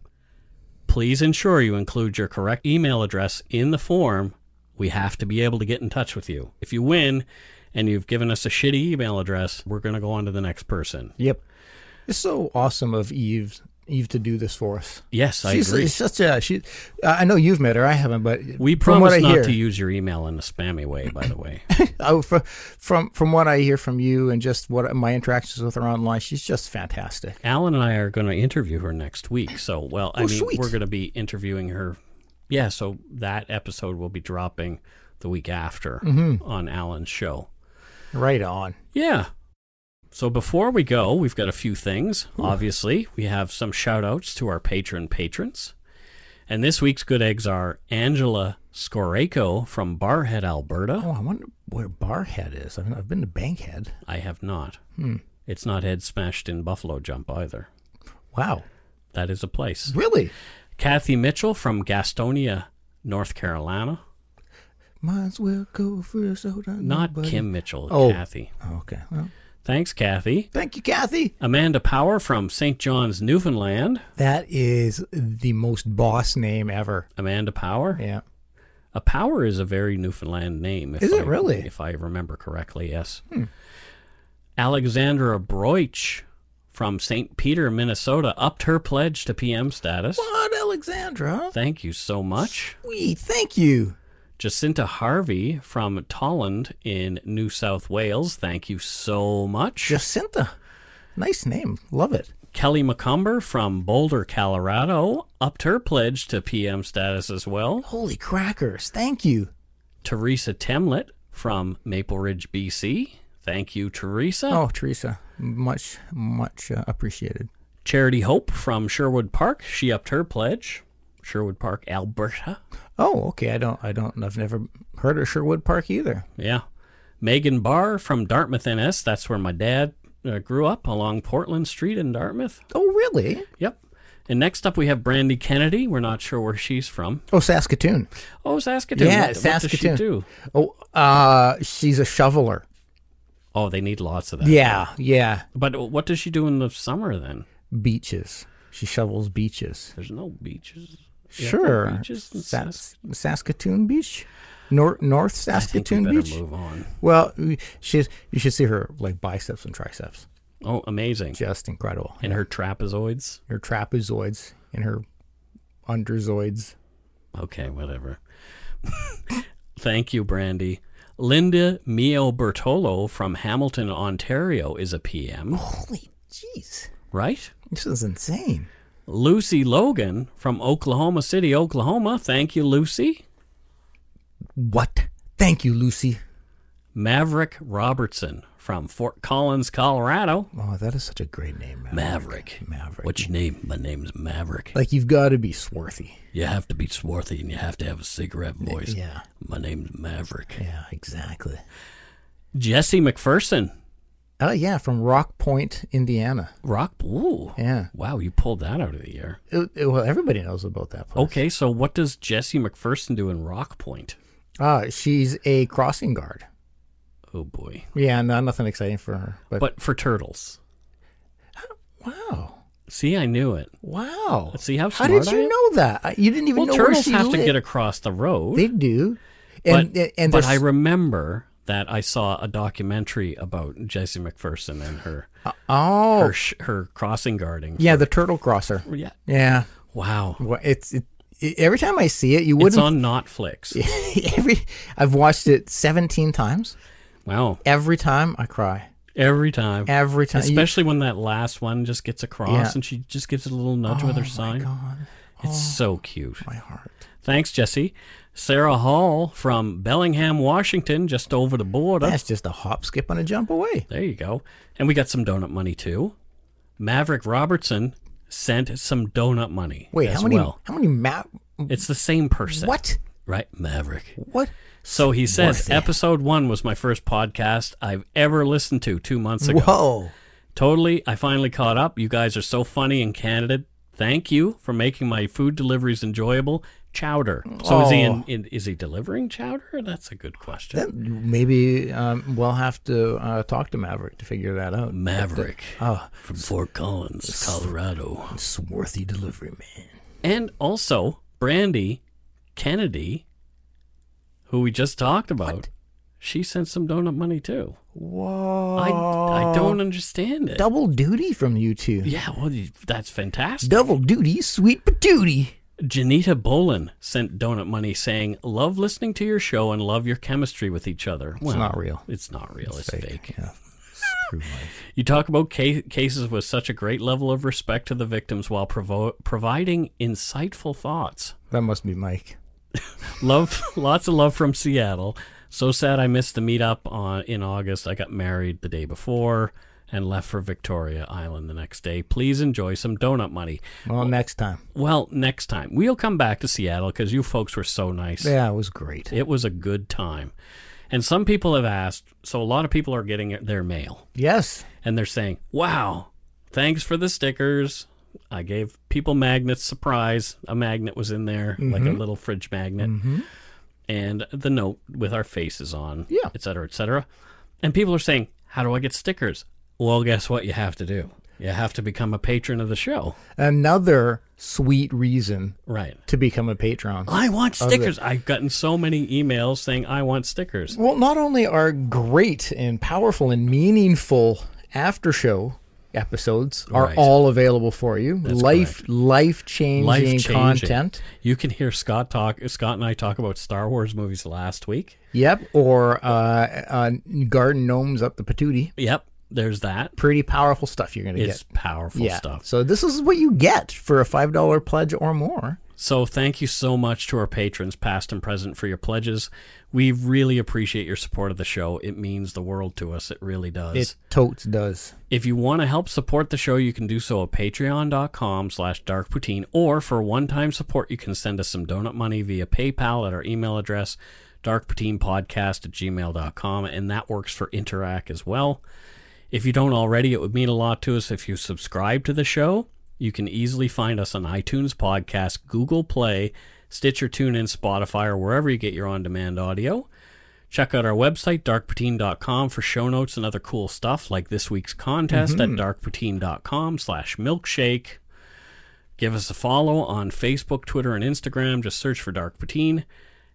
Speaker 2: Please ensure you include your correct email address in the form. We have to be able to get in touch with you. If you win and you've given us a shitty email address, we're going to go on to the next person.
Speaker 3: Yep. It's so awesome of Eve Eve to do this for us.
Speaker 2: Yes, I
Speaker 3: She's
Speaker 2: agree.
Speaker 3: such a she. I know you've met her. I haven't, but
Speaker 2: We
Speaker 3: from what I
Speaker 2: promise not
Speaker 3: hear,
Speaker 2: to use your email in a spammy way, by the way.
Speaker 3: I, from, from from what I hear from you and just what my interactions with her online, she's just fantastic.
Speaker 2: Alan and I are going to interview her next week. So, well, I
Speaker 3: Oh,
Speaker 2: mean,
Speaker 3: sweet.
Speaker 2: we're going to be interviewing her. Yeah, so that episode will be dropping the week after
Speaker 3: Mm-hmm.
Speaker 2: on Alan's show.
Speaker 3: Right on.
Speaker 2: Yeah. So before we go, we've got a few things. Obviously, we have some shout outs to our patron patrons. And this week's good eggs are Angela Scoreco from Barhead, Alberta.
Speaker 3: Oh, I wonder where Barhead is. I mean, I've been to Bankhead.
Speaker 2: I have not.
Speaker 3: Hmm.
Speaker 2: It's not head smashed in Buffalo Jump either.
Speaker 3: Wow.
Speaker 2: That is a place.
Speaker 3: Really?
Speaker 2: Kathy Mitchell from Gastonia, North Carolina.
Speaker 3: Might as well go for a soda.
Speaker 2: Not
Speaker 3: nobody-
Speaker 2: Kim Mitchell,
Speaker 3: Oh.
Speaker 2: Kathy.
Speaker 3: Oh, okay. Well,
Speaker 2: Thanks, Kathy.
Speaker 3: thank you, Kathy.
Speaker 2: Amanda Power from St. John's, Newfoundland.
Speaker 3: That is the most boss name ever.
Speaker 2: Amanda Power.
Speaker 3: Yeah.
Speaker 2: A power is a very Newfoundland name. If
Speaker 3: Is it
Speaker 2: I-
Speaker 3: really? Hmm.
Speaker 2: If I remember correctly, yes. Alexandra Broich from St. Peter, Minnesota, upped her pledge to PM status.
Speaker 3: What, Alexandra?
Speaker 2: Thank you so much.
Speaker 3: Sweet. Thank you.
Speaker 2: Jacinta Harvey from Tolland in New South Wales. Thank you so much.
Speaker 3: Jacinta. Nice name. Love it.
Speaker 2: Kelly McCumber from Boulder, Colorado, upped her pledge to PM status as well.
Speaker 3: Holy crackers. Thank you.
Speaker 2: Teresa Temlet from Maple Ridge, BC. Thank you, Teresa.
Speaker 3: Oh, Teresa. Much, much uh, appreciated.
Speaker 2: Charity Hope from Sherwood Park. She upped her pledge. Sherwood Park, Alberta.
Speaker 3: Oh, okay. I don't, I don't, I've never heard of Sherwood Park either.
Speaker 2: Yeah. Megan Barr from Dartmouth, NS. That's where my dad uh, grew up along Portland Street in Dartmouth.
Speaker 3: Oh, really?
Speaker 2: Yep. And next up, we have Brandy Kennedy. We're not sure where she's from.
Speaker 3: Oh, Saskatoon.
Speaker 2: Oh, Saskatoon.
Speaker 3: Yeah,
Speaker 2: What- what,
Speaker 3: Saskatoon.
Speaker 2: does she do?
Speaker 3: Oh, uh, she's a shoveler.
Speaker 2: Oh, they need lots of that.
Speaker 3: Yeah, yeah.
Speaker 2: But what does she do in the summer then?
Speaker 3: Beaches. She shovels beaches.
Speaker 2: There's no beaches. Yeah, there are
Speaker 3: Sure.
Speaker 2: beaches in
Speaker 3: Sas- Saskatoon Beach, North North
Speaker 2: I think we
Speaker 3: Saskatoon
Speaker 2: better
Speaker 3: Beach.
Speaker 2: move on.
Speaker 3: Well, she's you should see her like biceps and triceps.
Speaker 2: Oh, amazing.
Speaker 3: Just incredible.
Speaker 2: And her trapezoids.
Speaker 3: her trapezoids and her underzoids.
Speaker 2: Okay, whatever. Thank you, Brandy. Linda Mio Bertolo from Hamilton, Ontario is a PM,
Speaker 3: Holy jeez.
Speaker 2: right?
Speaker 3: This is insane.
Speaker 2: Lucy Logan from Oklahoma City, Oklahoma. Thank you, Lucy.
Speaker 3: What? Thank you, Lucy.
Speaker 2: Maverick Robertson from Fort Collins, Colorado.
Speaker 3: Oh, that is such a great name,
Speaker 2: Maverick.
Speaker 3: Maverick.
Speaker 2: What's your name? My name's Maverick.
Speaker 3: Like you've got to be swarthy.
Speaker 2: You have to be swarthy and you have to have a cigarette voice.
Speaker 3: Yeah.
Speaker 2: My name's Maverick.
Speaker 3: Yeah, exactly.
Speaker 2: Jesse McPherson.
Speaker 3: Oh yeah, from Rock Point, Indiana.
Speaker 2: Rock. Ooh.
Speaker 3: Yeah.
Speaker 2: Wow, you pulled that out of the air.
Speaker 3: It- it- well, everybody knows about that place.
Speaker 2: Okay, so what does Jesse McPherson do in Rock Point?
Speaker 3: Uh, she's a crossing guard.
Speaker 2: Oh boy.
Speaker 3: Yeah, no, nothing exciting for her. But,
Speaker 2: But, for turtles.
Speaker 3: wow,
Speaker 2: See, I knew it.
Speaker 3: wow.
Speaker 2: Let's see how
Speaker 3: How did
Speaker 2: smart I
Speaker 3: you
Speaker 2: am.
Speaker 3: know that? I- You didn't even
Speaker 2: Well,
Speaker 3: know where
Speaker 2: turtles
Speaker 3: she
Speaker 2: have to
Speaker 3: lived.
Speaker 2: get across the road.
Speaker 3: They do.
Speaker 2: but
Speaker 3: And and
Speaker 2: but
Speaker 3: there's-
Speaker 2: I remember that I saw a documentary about Jessie McPherson and her
Speaker 3: Oh,
Speaker 2: her, sh- her crossing guarding.
Speaker 3: yeah, the turtle crosser.
Speaker 2: Yeah.
Speaker 3: Yeah,
Speaker 2: Wow.
Speaker 3: well, it's it, it- Every time I see it, you
Speaker 2: It's
Speaker 3: wouldn't.
Speaker 2: on Netflix.
Speaker 3: every I've watched it seventeen times.
Speaker 2: Wow.
Speaker 3: Every time I cry.
Speaker 2: Every time.
Speaker 3: Every time. You-
Speaker 2: Especially when that last one just gets across
Speaker 3: Yeah. Oh,
Speaker 2: and she just gives it a little nudge with her sign.
Speaker 3: God, Oh.
Speaker 2: It's so cute.
Speaker 3: my heart.
Speaker 2: Thanks, Jesse. Sarah Hall from Bellingham, Washington, just over the border.
Speaker 3: That's just a hop, skip, and a jump away.
Speaker 2: There you go. And we got some donut money too. Maverick Robertson sent some donut money
Speaker 3: Wait,
Speaker 2: as
Speaker 3: how many?
Speaker 2: well.
Speaker 3: How many map?
Speaker 2: It's the same person.
Speaker 3: What?
Speaker 2: Right, Maverick.
Speaker 3: What?
Speaker 2: So he says,
Speaker 3: Worth it.
Speaker 2: episode one was my first podcast I've ever listened to two months ago.
Speaker 3: Whoa!
Speaker 2: Totally. I finally caught up. You guys are so funny and candid. Thank you for making my food deliveries enjoyable. Chowder. So is he in, in, is he delivering chowder? That's a good question.
Speaker 3: That, maybe um, we'll have to uh, talk to Maverick to figure that out.
Speaker 2: Maverick
Speaker 3: Oh,
Speaker 2: from Fort Collins, Colorado.
Speaker 3: swarthy delivery man.
Speaker 2: And also Brandy Kennedy, who we just talked about. She sent some donut money too.
Speaker 3: Whoa!
Speaker 2: I, I don't understand it.
Speaker 3: double duty from you two.
Speaker 2: Yeah, well, you- that's fantastic.
Speaker 3: Double duty, sweet patootie.
Speaker 2: Janita Bolin sent donut money saying, Love listening to your show and love your chemistry with each other. It's
Speaker 3: not real.
Speaker 2: It's not real. It's, fake.
Speaker 3: Yeah. Screw life.
Speaker 2: You talk about ca- cases with such a great level of respect to the victims while provo- providing insightful thoughts.
Speaker 3: That must be Mike.
Speaker 2: Love, lots of love from Seattle. So sad I missed the meetup on, in August. I got married the day before and left for Victoria Island the next day. Please enjoy some donut money.
Speaker 3: Well, next time.
Speaker 2: Well, next time. We'll come back to Seattle because you folks were so nice.
Speaker 3: Yeah, it was great.
Speaker 2: It was a good time. And some people have asked, so a lot of people are getting their mail
Speaker 3: Yes.
Speaker 2: and they're saying, wow, thanks for the stickers. I gave people magnets, surprise. A magnet was in there, like
Speaker 3: Mm-hmm.
Speaker 2: a little fridge magnet, and the note with our faces on,
Speaker 3: Yeah.
Speaker 2: et cetera, et cetera. And people are saying, how do I get stickers? Well, guess what you have to do? You have to become a patron of the show.
Speaker 3: Another sweet reason
Speaker 2: Right.
Speaker 3: to become a patron.
Speaker 2: I want stickers. I've gotten so many emails saying, I want stickers.
Speaker 3: Well, not only are great and powerful and meaningful after show episodes are
Speaker 2: Right.
Speaker 3: all available for you. life life changing
Speaker 2: life-changing.
Speaker 3: content.
Speaker 2: You can hear Scott talk. Scott and I talk about Star Wars movies last week.
Speaker 3: Yep. Or uh, uh, garden gnomes up the patootie.
Speaker 2: Yep, there's that.
Speaker 3: Pretty powerful stuff you're gonna
Speaker 2: It's
Speaker 3: get.
Speaker 2: powerful
Speaker 3: Yeah.
Speaker 2: stuff.
Speaker 3: So this is what you get for a five dollar pledge or more.
Speaker 2: So thank you so much to our patrons, past and present, for your pledges. We really appreciate your support of the show. It means the world to us. It really does.
Speaker 3: It totes does.
Speaker 2: If you want to help support the show, you can do so at patreon.com slash darkpoutine, or for one-time support, you can send us some donut money via PayPal at our email address, darkpoutinepodcast at gmail.com, and that works for Interact as well. If you don't already, it would mean a lot to us if you subscribe to the show. You can easily find us on iTunes Podcast, Google Play, Stitcher, TuneIn, Spotify, or wherever you get your on-demand audio. Check out our website, darkpoutine.com, for show notes and other cool stuff like this week's contest at darkpoutine.com slash milkshake. Give us a follow on Facebook, Twitter, and Instagram. Just search for Dark Poutine.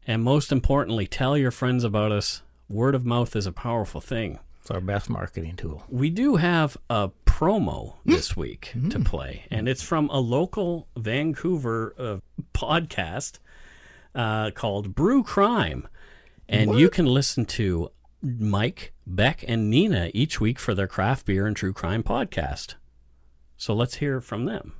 Speaker 2: And most importantly, tell your friends about us. Word of mouth is a powerful thing.
Speaker 3: It's our best marketing tool.
Speaker 2: We do have a promo this week to play, and it's from a local Vancouver uh, podcast uh, called Brew Crime. And you can listen to Mike, Beck, and Nina each week for their craft beer and true crime podcast. So let's hear from them.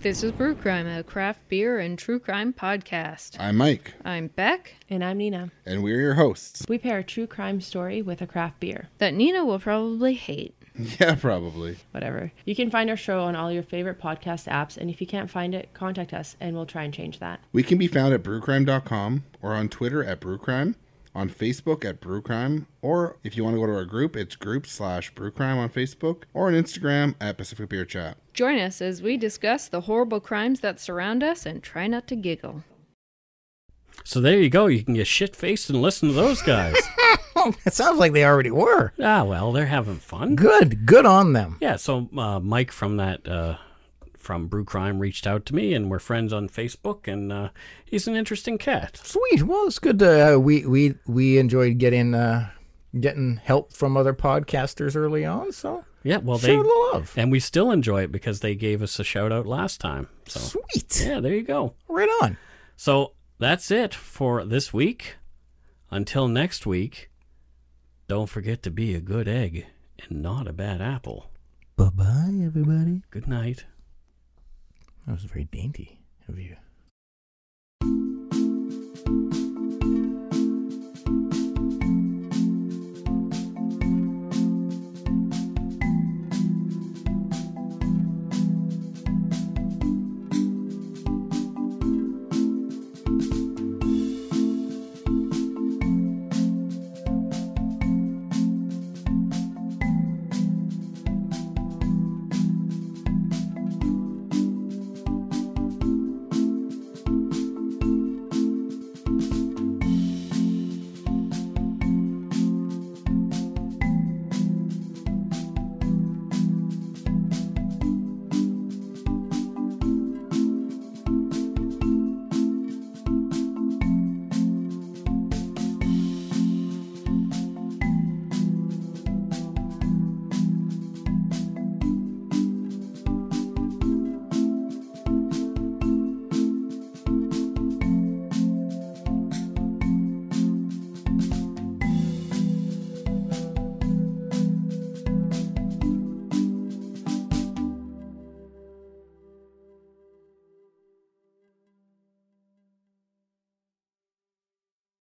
Speaker 6: This is Brew Crime, a craft beer and true crime podcast.
Speaker 7: I'm Mike,
Speaker 6: I'm Beck,
Speaker 8: And I'm Nina.
Speaker 7: and we're your hosts.
Speaker 8: We pair a true crime story with a craft beer.
Speaker 6: that Nina will probably hate.
Speaker 7: Yeah, probably.
Speaker 8: Whatever. You can find our show on all your favorite podcast apps, and if you can't find it, contact us and we'll try and change that.
Speaker 7: We can be found at brewcrime.com or on Twitter at brewcrime, on Facebook at brewcrime, or if you want to go to our group, it's group slash brewcrime on Facebook or on Instagram at Pacific Beer Chat.
Speaker 6: Join us as we discuss the horrible crimes that surround us and try not to giggle.
Speaker 2: So there you go. You can get shit faced and listen to those guys.
Speaker 3: It sounds like they already were.
Speaker 2: ah, well, they're having fun.
Speaker 3: Good. Good on them.
Speaker 2: Yeah, so uh, Mike from that uh, from Brew Crime reached out to me, and we're friends on Facebook, and uh, he's an interesting cat.
Speaker 3: Sweet. Well, it's good to uh, we we we enjoyed getting uh getting help from other podcasters early on. So
Speaker 2: Yeah, well, they
Speaker 3: share the love.
Speaker 2: and we still enjoy it because they gave us a shout out last time. So
Speaker 3: Sweet.
Speaker 2: yeah, there you go.
Speaker 3: Right on.
Speaker 2: So that's it for this week. Until next week, don't forget to be a good egg and not a bad apple.
Speaker 3: Bye bye, everybody.
Speaker 2: Good night.
Speaker 3: That was very dainty of you.